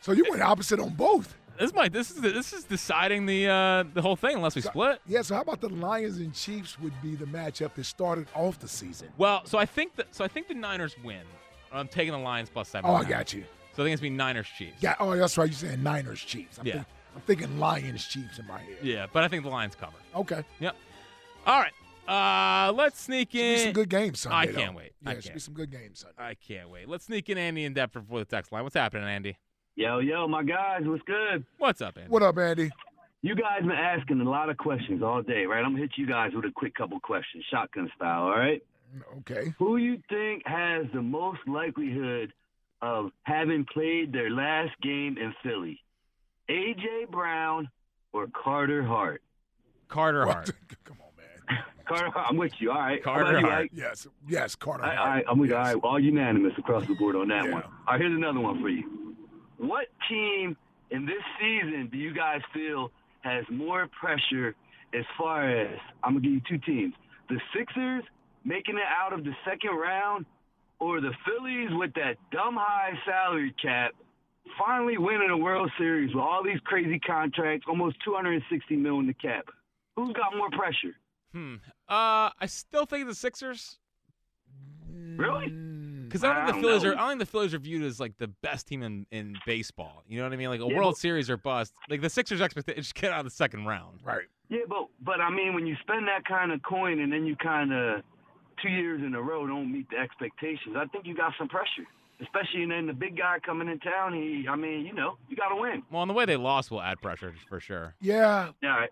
Speaker 2: so you went opposite on both.
Speaker 1: This might this is this is deciding the uh, the whole thing unless we split.
Speaker 2: Yeah. So how about the Lions and Chiefs would be the matchup that started off the season?
Speaker 1: Well, so I think that so I think the Niners win. I'm taking the Lions plus seven.
Speaker 2: Oh,
Speaker 1: and
Speaker 2: I
Speaker 1: a half.
Speaker 2: got you.
Speaker 1: So I think it's gonna be Niners Chiefs.
Speaker 2: Yeah. Oh, that's right. You saying Niners Chiefs? I'm
Speaker 1: Yeah.
Speaker 2: Think, I'm thinking Lions Chiefs in my head.
Speaker 1: yeah, but I think the Lions cover.
Speaker 2: Okay.
Speaker 1: Yep. All right. Uh, let's sneak
Speaker 2: Should be
Speaker 1: in.
Speaker 2: some good games Sunday.
Speaker 1: I
Speaker 2: though.
Speaker 1: can't wait.
Speaker 2: Yeah,
Speaker 1: I
Speaker 2: it should be
Speaker 1: can't.
Speaker 2: some good games Sunday.
Speaker 1: I can't wait. Let's sneak in Andy and Deptford for the text line. What's happening, Andy?
Speaker 5: Yo, yo, my guys, what's good?
Speaker 1: What's up, Andy?
Speaker 2: What up, Andy?
Speaker 5: You guys been asking a lot of questions all day, right? I'm gonna hit you guys with a quick couple questions, shotgun style, all right?
Speaker 2: Okay.
Speaker 5: Who you think has the most likelihood of having played their last game in Philly? AJ Brown or Carter Hart?
Speaker 1: Carter
Speaker 2: Well,
Speaker 1: Hart.
Speaker 2: [laughs] Come on, man.
Speaker 5: Carter Hart, I'm with you. All right. How
Speaker 1: Carter
Speaker 5: about you,
Speaker 1: Hart.
Speaker 5: Ike?
Speaker 2: Yes. Yes. Carter.
Speaker 5: All right,
Speaker 2: Hart.
Speaker 5: all right, I'm with you. All
Speaker 2: Yes.
Speaker 5: right, all unanimous across the board on that
Speaker 2: Yeah.
Speaker 5: one. All right, here's another one for you. What team in this season do you guys feel has more pressure as far as I'm gonna give you two teams: the Sixers making it out of the second round, or the Phillies with that dumb high salary cap, finally winning a World Series with all these crazy contracts, almost 260 million in the cap. Who's got more pressure?
Speaker 1: Hmm. Uh, I still think the Sixers
Speaker 5: Really?
Speaker 2: Mm,
Speaker 1: because I don't think the
Speaker 5: Hmm, I don't
Speaker 1: Phillies
Speaker 5: know.
Speaker 1: are. I don't think the Phillies are viewed as like the best team in, in baseball. You know what I mean? Like a
Speaker 5: Yeah,
Speaker 1: World
Speaker 5: but-
Speaker 1: Series or bust. Like the Sixers' expectation just get out of the second round.
Speaker 2: Right.
Speaker 5: Yeah, but but I mean, when you spend that kind of coin and then you kind of two years in a row don't meet the expectations, I think you got some pressure, especially and then the big guy coming in town. He, I mean, you know, you got to win.
Speaker 1: Well, and the way they lost will add pressure for sure.
Speaker 2: Yeah.
Speaker 5: All right.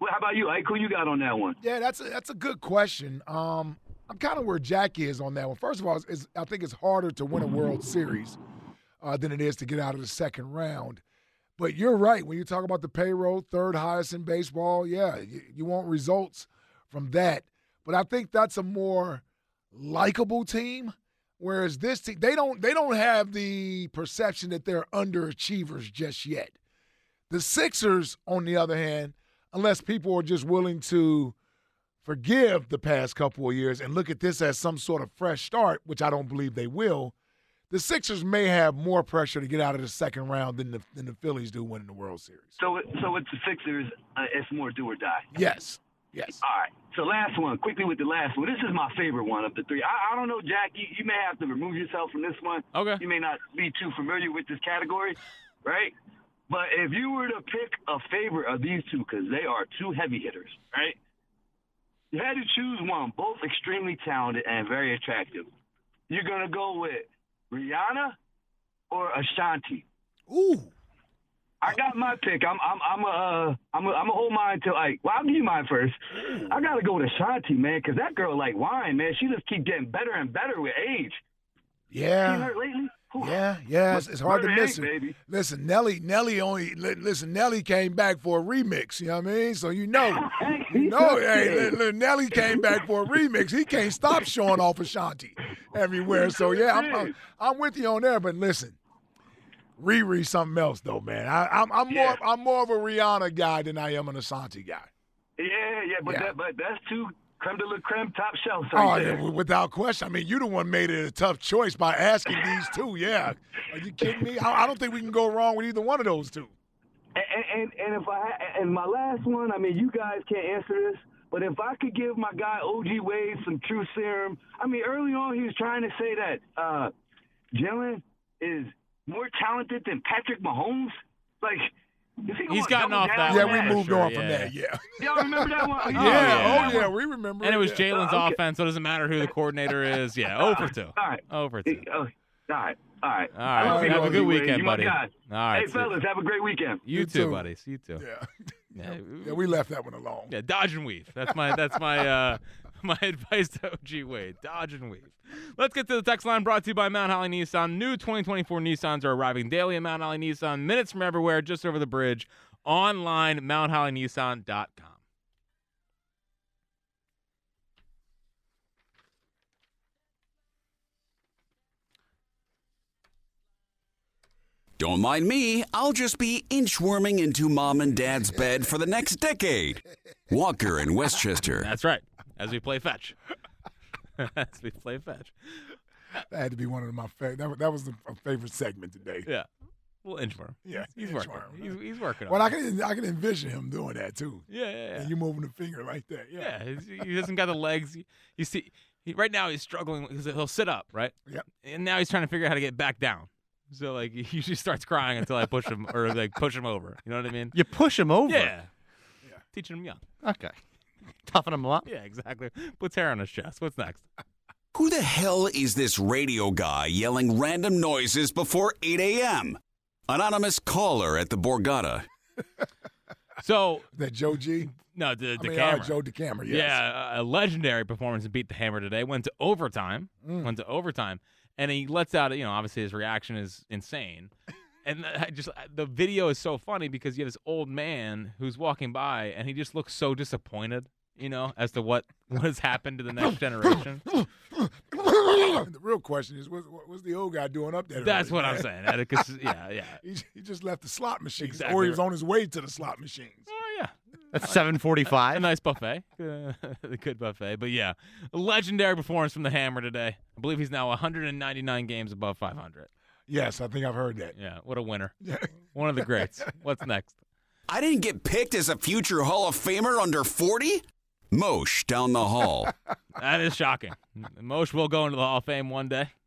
Speaker 5: Well, how about you, Ike? Who you got on that one?
Speaker 2: Yeah, that's a, that's a good question. Um, I'm kind of where Jack is on that one. First of all, it's, it's- I think it's harder to win a World Series uh, than it is to get out of the second round. But you're right when you talk about the payroll, third highest in baseball. Yeah, you, you want results from that. But I think that's a more likable team. Whereas this team, they don't they don't have the perception that they're underachievers just yet. The Sixers, on the other hand, unless people are just willing to forgive the past couple of years and look at this as some sort of fresh start, which I don't believe they will, the Sixers may have more pressure to get out of the second round than the than the Phillies do winning the World Series.
Speaker 5: So, it- so it's the Sixers. Uh, it's more do or die.
Speaker 2: Yes. Yes.
Speaker 5: All right. So last one, quickly with the last one. This is my favorite one of the three. I, I don't know, Jack. You, you may have to remove yourself from this one.
Speaker 1: Okay.
Speaker 5: You may not be too familiar with this category, right? But if you were to pick a favorite of these two, because they are two heavy hitters, right? You had to choose one, both extremely talented and very attractive. You're gonna go with Rihanna or Ashanti.
Speaker 2: Ooh.
Speaker 5: I got my pick. I'm I'm I'm a uh, I'm a, I'm a hold mine till like. Well, I'll give you mine first. I gotta go with Ashanti, man, because that girl like wine, man. She just keep getting better and better with age. Seen
Speaker 2: Yeah.
Speaker 5: her lately? Whew.
Speaker 2: Yeah, yeah, it's, it's hard to
Speaker 5: Murder
Speaker 2: miss
Speaker 5: Inc.,
Speaker 2: it.
Speaker 5: baby.
Speaker 2: Listen, Nelly, Nelly only li- listen. Nelly came back for a remix. You know what I mean? So you
Speaker 5: [laughs]
Speaker 2: know, you know, hey, li- li- Nelly came back for a remix. He can't stop showing off Ashanti everywhere. So yeah, I'm, I'm, I'm with you on there. But listen, Riri, something else though, man. I, I'm, I'm
Speaker 5: Yeah.
Speaker 2: more, I'm more of a Rihanna guy than I am an Ashanti guy.
Speaker 5: Yeah, yeah, but
Speaker 2: Yeah.
Speaker 5: that but that's two creme de la creme top shelf
Speaker 2: Oh,
Speaker 5: right
Speaker 2: yeah,
Speaker 5: there.
Speaker 2: w- without question. I mean, you the one made it a tough choice by asking these two. Yeah, are you kidding me? I, I don't think we can go wrong with either one of those two.
Speaker 5: And, and and if I ha- and my last one, I mean, you guys can't answer this, but if I could give my guy OG Wade some true serum, I mean, early on he was trying to say that uh, Jalen is more talented than Patrick Mahomes. Like, is he
Speaker 1: He's
Speaker 5: gonna
Speaker 1: gotten
Speaker 5: double
Speaker 1: off
Speaker 5: down
Speaker 1: that
Speaker 5: on
Speaker 2: Yeah,
Speaker 1: one.
Speaker 5: that?
Speaker 2: we moved
Speaker 1: sure,
Speaker 2: on from
Speaker 1: yeah. Oh,
Speaker 2: that. Yeah.
Speaker 5: Y'all remember
Speaker 2: [laughs]
Speaker 5: that one?
Speaker 2: Yeah.
Speaker 1: yeah.
Speaker 2: Oh yeah, we remember.
Speaker 1: And it was
Speaker 2: yeah.
Speaker 1: Jalen's
Speaker 5: Okay.
Speaker 1: offense, so it doesn't matter who the coordinator is.
Speaker 5: [laughs]
Speaker 1: Yeah, over two.
Speaker 5: All right.
Speaker 1: Over
Speaker 5: Oh,
Speaker 1: two.
Speaker 5: all right, all right.
Speaker 1: All right.
Speaker 5: I love you,
Speaker 1: have a
Speaker 5: OG
Speaker 1: good
Speaker 5: Wade.
Speaker 1: weekend,
Speaker 5: You my
Speaker 1: buddy.
Speaker 5: guy.
Speaker 1: All right.
Speaker 5: Hey, fellas, have a great weekend.
Speaker 1: You,
Speaker 2: You
Speaker 1: too,
Speaker 2: too.
Speaker 1: buddies. You too.
Speaker 2: Yeah.
Speaker 1: Yeah.
Speaker 2: Yeah, we left that one alone.
Speaker 1: Yeah, dodge and weave. That's my that's my uh [laughs] my advice to OG Wade. Dodge and weave. Let's get to the text line brought to you by Mount Holly Nissan. New 2024 Nissans are arriving daily at Mount Holly Nissan. Minutes from everywhere, just over the bridge. Online, mounthollynissan.com.
Speaker 6: Don't mind me, I'll just be inchworming into mom and dad's bed for the next decade. Walker in Westchester.
Speaker 1: That's right. As we play fetch. [laughs] As we play fetch.
Speaker 2: That had to be one of my favorite. That, wa- that was the, a favorite segment today.
Speaker 1: Yeah. Well, Inchworm.
Speaker 2: Yeah,
Speaker 1: He's
Speaker 2: inchworm.
Speaker 1: working. He's, he's working.
Speaker 2: Well,
Speaker 1: on
Speaker 2: I
Speaker 1: it.
Speaker 2: can I can envision him doing that too.
Speaker 1: Yeah, yeah, yeah.
Speaker 2: And you moving the finger like that. Yeah.
Speaker 1: Yeah, he's- he hasn't got the legs. You- You see, he, right now he's struggling because he'll sit up, right?
Speaker 2: Yep.
Speaker 1: And now he's trying to figure out how to get back down. So like [laughs] he usually starts crying until I push him or like push him over. You know what I mean?
Speaker 3: You push him over.
Speaker 1: Yeah. yeah. Teaching him young.
Speaker 3: Okay. Toughen him up.
Speaker 1: Yeah, exactly. Puts hair on his chest. What's next?
Speaker 6: Who the hell is this radio guy yelling random noises before 8 a.m.? Anonymous caller at the Borgata.
Speaker 1: So
Speaker 2: That Joe G.
Speaker 1: no, the, the
Speaker 2: I mean, uh,
Speaker 1: camera.
Speaker 2: Joe DeCamera. Yes.
Speaker 1: Yeah, a- a legendary performance in Beat the Hammer today. Went to overtime. Went to overtime, and he lets out. You know, obviously his reaction is insane, and I just the video is so funny because you have this old man who's walking by, and he just looks so disappointed. You know, as to what [laughs] what has happened to the next generation.
Speaker 2: [laughs] the real question is, what, what- what's the old guy doing up there?
Speaker 1: That's
Speaker 2: early,
Speaker 1: what I'm
Speaker 2: man?
Speaker 1: saying. That- 'cause- yeah, yeah.
Speaker 2: He, he just left the slot machines, or
Speaker 1: Exactly
Speaker 2: he was on his way to the slot machines.
Speaker 1: Oh yeah.
Speaker 3: That's 745.
Speaker 1: A nice buffet, [laughs] Uh, a good buffet, but yeah, a legendary performance from the Hammer today. I believe he's now 199 games above 500.
Speaker 2: Yes, I think I've heard that.
Speaker 1: Yeah, what a winner. One of the greats. What's next?
Speaker 6: I didn't get picked as a future Hall of Famer under 40? Mosh down the hall.
Speaker 1: That is shocking. Mosh will go into the Hall of Fame one day.
Speaker 2: [laughs]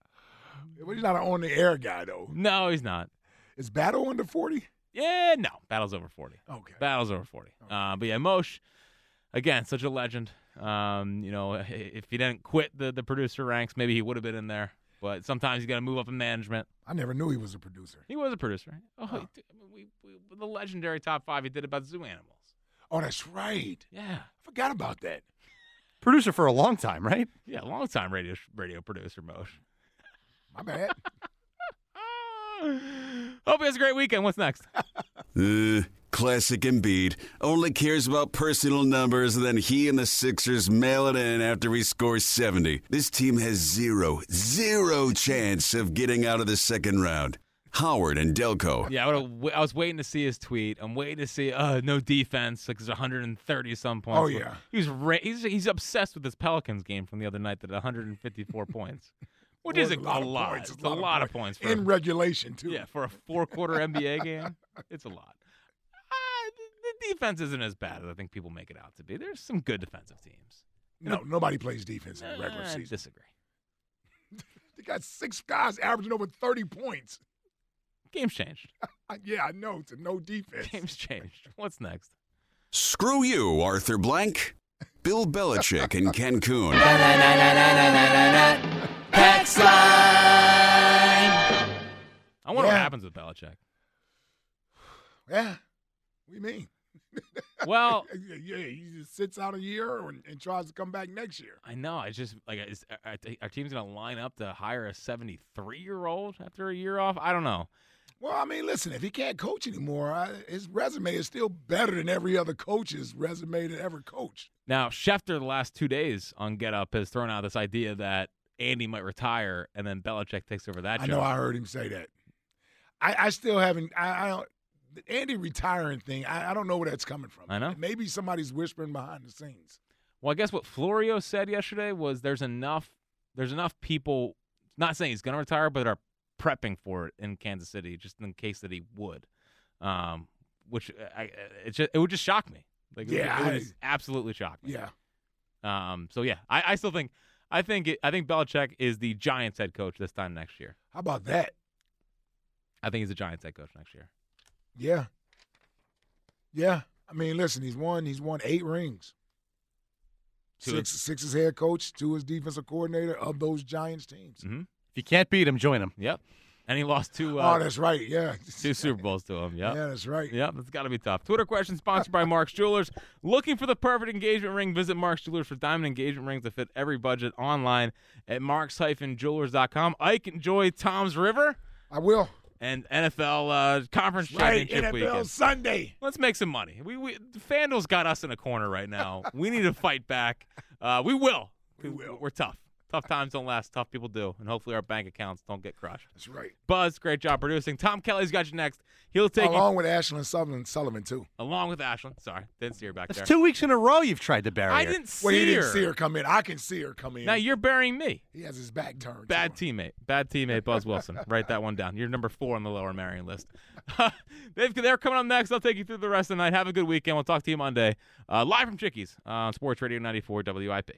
Speaker 2: Well, he's not an on the air guy though.
Speaker 1: No, he's not.
Speaker 2: Is Battle under forty?
Speaker 1: Yeah, no. Battle's over 40.
Speaker 2: Okay.
Speaker 1: Battle's over 40. Uh, but yeah, Mosh, again, such a legend. Um, you know, i- if he didn't quit the, the producer ranks, maybe he would have been in there. But sometimes you got to move up in management.
Speaker 2: I never knew he was a producer.
Speaker 1: He was a producer. Oh, he did- I mean, we, we, the legendary top five he did about zoo animals.
Speaker 2: Oh, that's right.
Speaker 1: Yeah.
Speaker 2: I forgot about that.
Speaker 3: Producer for a long time, right?
Speaker 1: Yeah, long time radio, radio producer, Mosh.
Speaker 2: My bad.
Speaker 1: Ah, Hope he has a great weekend. What's next?
Speaker 6: Uh, Classic Embiid only cares about personal numbers, and then he and the Sixers mail it in after he scores 70. This team has zero, zero chance of getting out of the second round. Howard and Delco.
Speaker 1: Yeah, I, would've- I was waiting to see his tweet. I'm waiting to see. Uh, no defense. Like there's 130 some points.
Speaker 2: Oh, yeah.
Speaker 1: he was ra- he's he's obsessed with this Pelicans game from the other night that 154 points, which is a,
Speaker 2: Well, it's
Speaker 1: lot.
Speaker 2: points.
Speaker 1: It's a lot of points. For
Speaker 2: in
Speaker 1: a,
Speaker 2: regulation too.
Speaker 1: yeah, for a four quarter NBA game, it's a lot. Uh, the defense isn't as bad as I think people make it out to be. There's some good defensive teams.
Speaker 2: No, nobody plays defense in the regular
Speaker 1: Uh, I
Speaker 2: season.
Speaker 1: disagree.
Speaker 2: They got six guys averaging over thirty points.
Speaker 1: Game's changed.
Speaker 2: I- Yeah, I know. To no defense.
Speaker 1: Game's changed. What's next?
Speaker 6: Screw you, Arthur Blank. Bill Belichick in Cancun.
Speaker 1: I wonder what
Speaker 2: Yeah.
Speaker 1: happens with Belichick.
Speaker 2: Yeah. What do you mean?
Speaker 1: Well,
Speaker 2: Yeah, yeah, he just sits out a year and, and tries to come back next year.
Speaker 1: I know. I just like is, our, our team's gonna line up to hire a 73 year old after a year off. I don't know.
Speaker 2: Well, I mean, listen, if he can't coach anymore, I, his resume is still better than every other coach's resume that ever coached.
Speaker 1: Now Schefter, the last two days on Get Up, has thrown out this idea that Andy might retire and then Belichick takes over that
Speaker 2: I
Speaker 1: job.
Speaker 2: know I heard him say that. I, I still haven't. I, I don't. The Andy retiring thing. I, I don't know where that's coming from.
Speaker 1: I know.
Speaker 2: Maybe somebody's whispering behind the scenes.
Speaker 1: well, I guess what Florio said yesterday was there's enough there's enough people not saying he's gonna retire, but are prepping for it in Kansas City just in case that he would. Um, which I, I- it just it would just shock me. Like it would-
Speaker 2: Yeah,
Speaker 1: it would,
Speaker 2: I-
Speaker 1: just absolutely shock me.
Speaker 2: Yeah.
Speaker 1: Um, so yeah, I, I still think I think it, I think Belichick is the Giants head coach this time next year.
Speaker 2: How about that?
Speaker 1: I think he's the Giants head coach next year.
Speaker 2: Yeah. Yeah. I mean, listen, he's won. He's won eight rings.
Speaker 1: Two
Speaker 2: Six, six as head coach, two as defensive coordinator of those Giants teams.
Speaker 3: If you can't beat him, join him.
Speaker 1: Yep. And he lost two
Speaker 2: oh,
Speaker 1: uh,
Speaker 2: that's right. Yeah.
Speaker 1: two Super Bowls to him. Yep.
Speaker 2: Yeah, that's right.
Speaker 1: Yep, that's got to be tough. Twitter question sponsored by Mark's Jewelers. Looking for the perfect engagement ring? Visit Mark's Jewelers for diamond engagement rings that fit every budget online at marks-jewelers.com. Ike, enjoy Tom's River
Speaker 2: I will.
Speaker 1: and NFL uh, Conference
Speaker 2: Right,
Speaker 1: Championship
Speaker 2: NFL
Speaker 1: weekend.
Speaker 2: Sunday.
Speaker 1: Let's make some money. We, we FanDuel's got us in a corner right now. we need to fight back. Uh, we will. We
Speaker 2: will.
Speaker 1: We're tough. Tough times don't last. Tough people do, and hopefully our bank accounts don't get crushed.
Speaker 2: That's right.
Speaker 1: Buzz, great job producing. Tom Kelly's got you next. He'll take
Speaker 2: Along with Ashland Sullivan, Sullivan too.
Speaker 1: you along with Ashland. Sorry, didn't see her back
Speaker 3: That's
Speaker 1: there.
Speaker 3: two weeks in a row you've tried to bury
Speaker 1: I
Speaker 3: her.
Speaker 1: didn't see,
Speaker 2: Well, he
Speaker 1: her.
Speaker 2: didn't see her come in. I can see her come in.
Speaker 1: Now you're burying me.
Speaker 2: he has his back turned. to
Speaker 1: Bad
Speaker 2: her.
Speaker 1: teammate. Bad teammate, Buzz Wilson. Write that one down. You're number four on the lower Marion list. [laughs] They've, they're coming up next. I'll take you through the rest of the night. Have a good weekend. We'll talk to you Monday. Uh, live from Chickies on Sports Radio 94 WIP.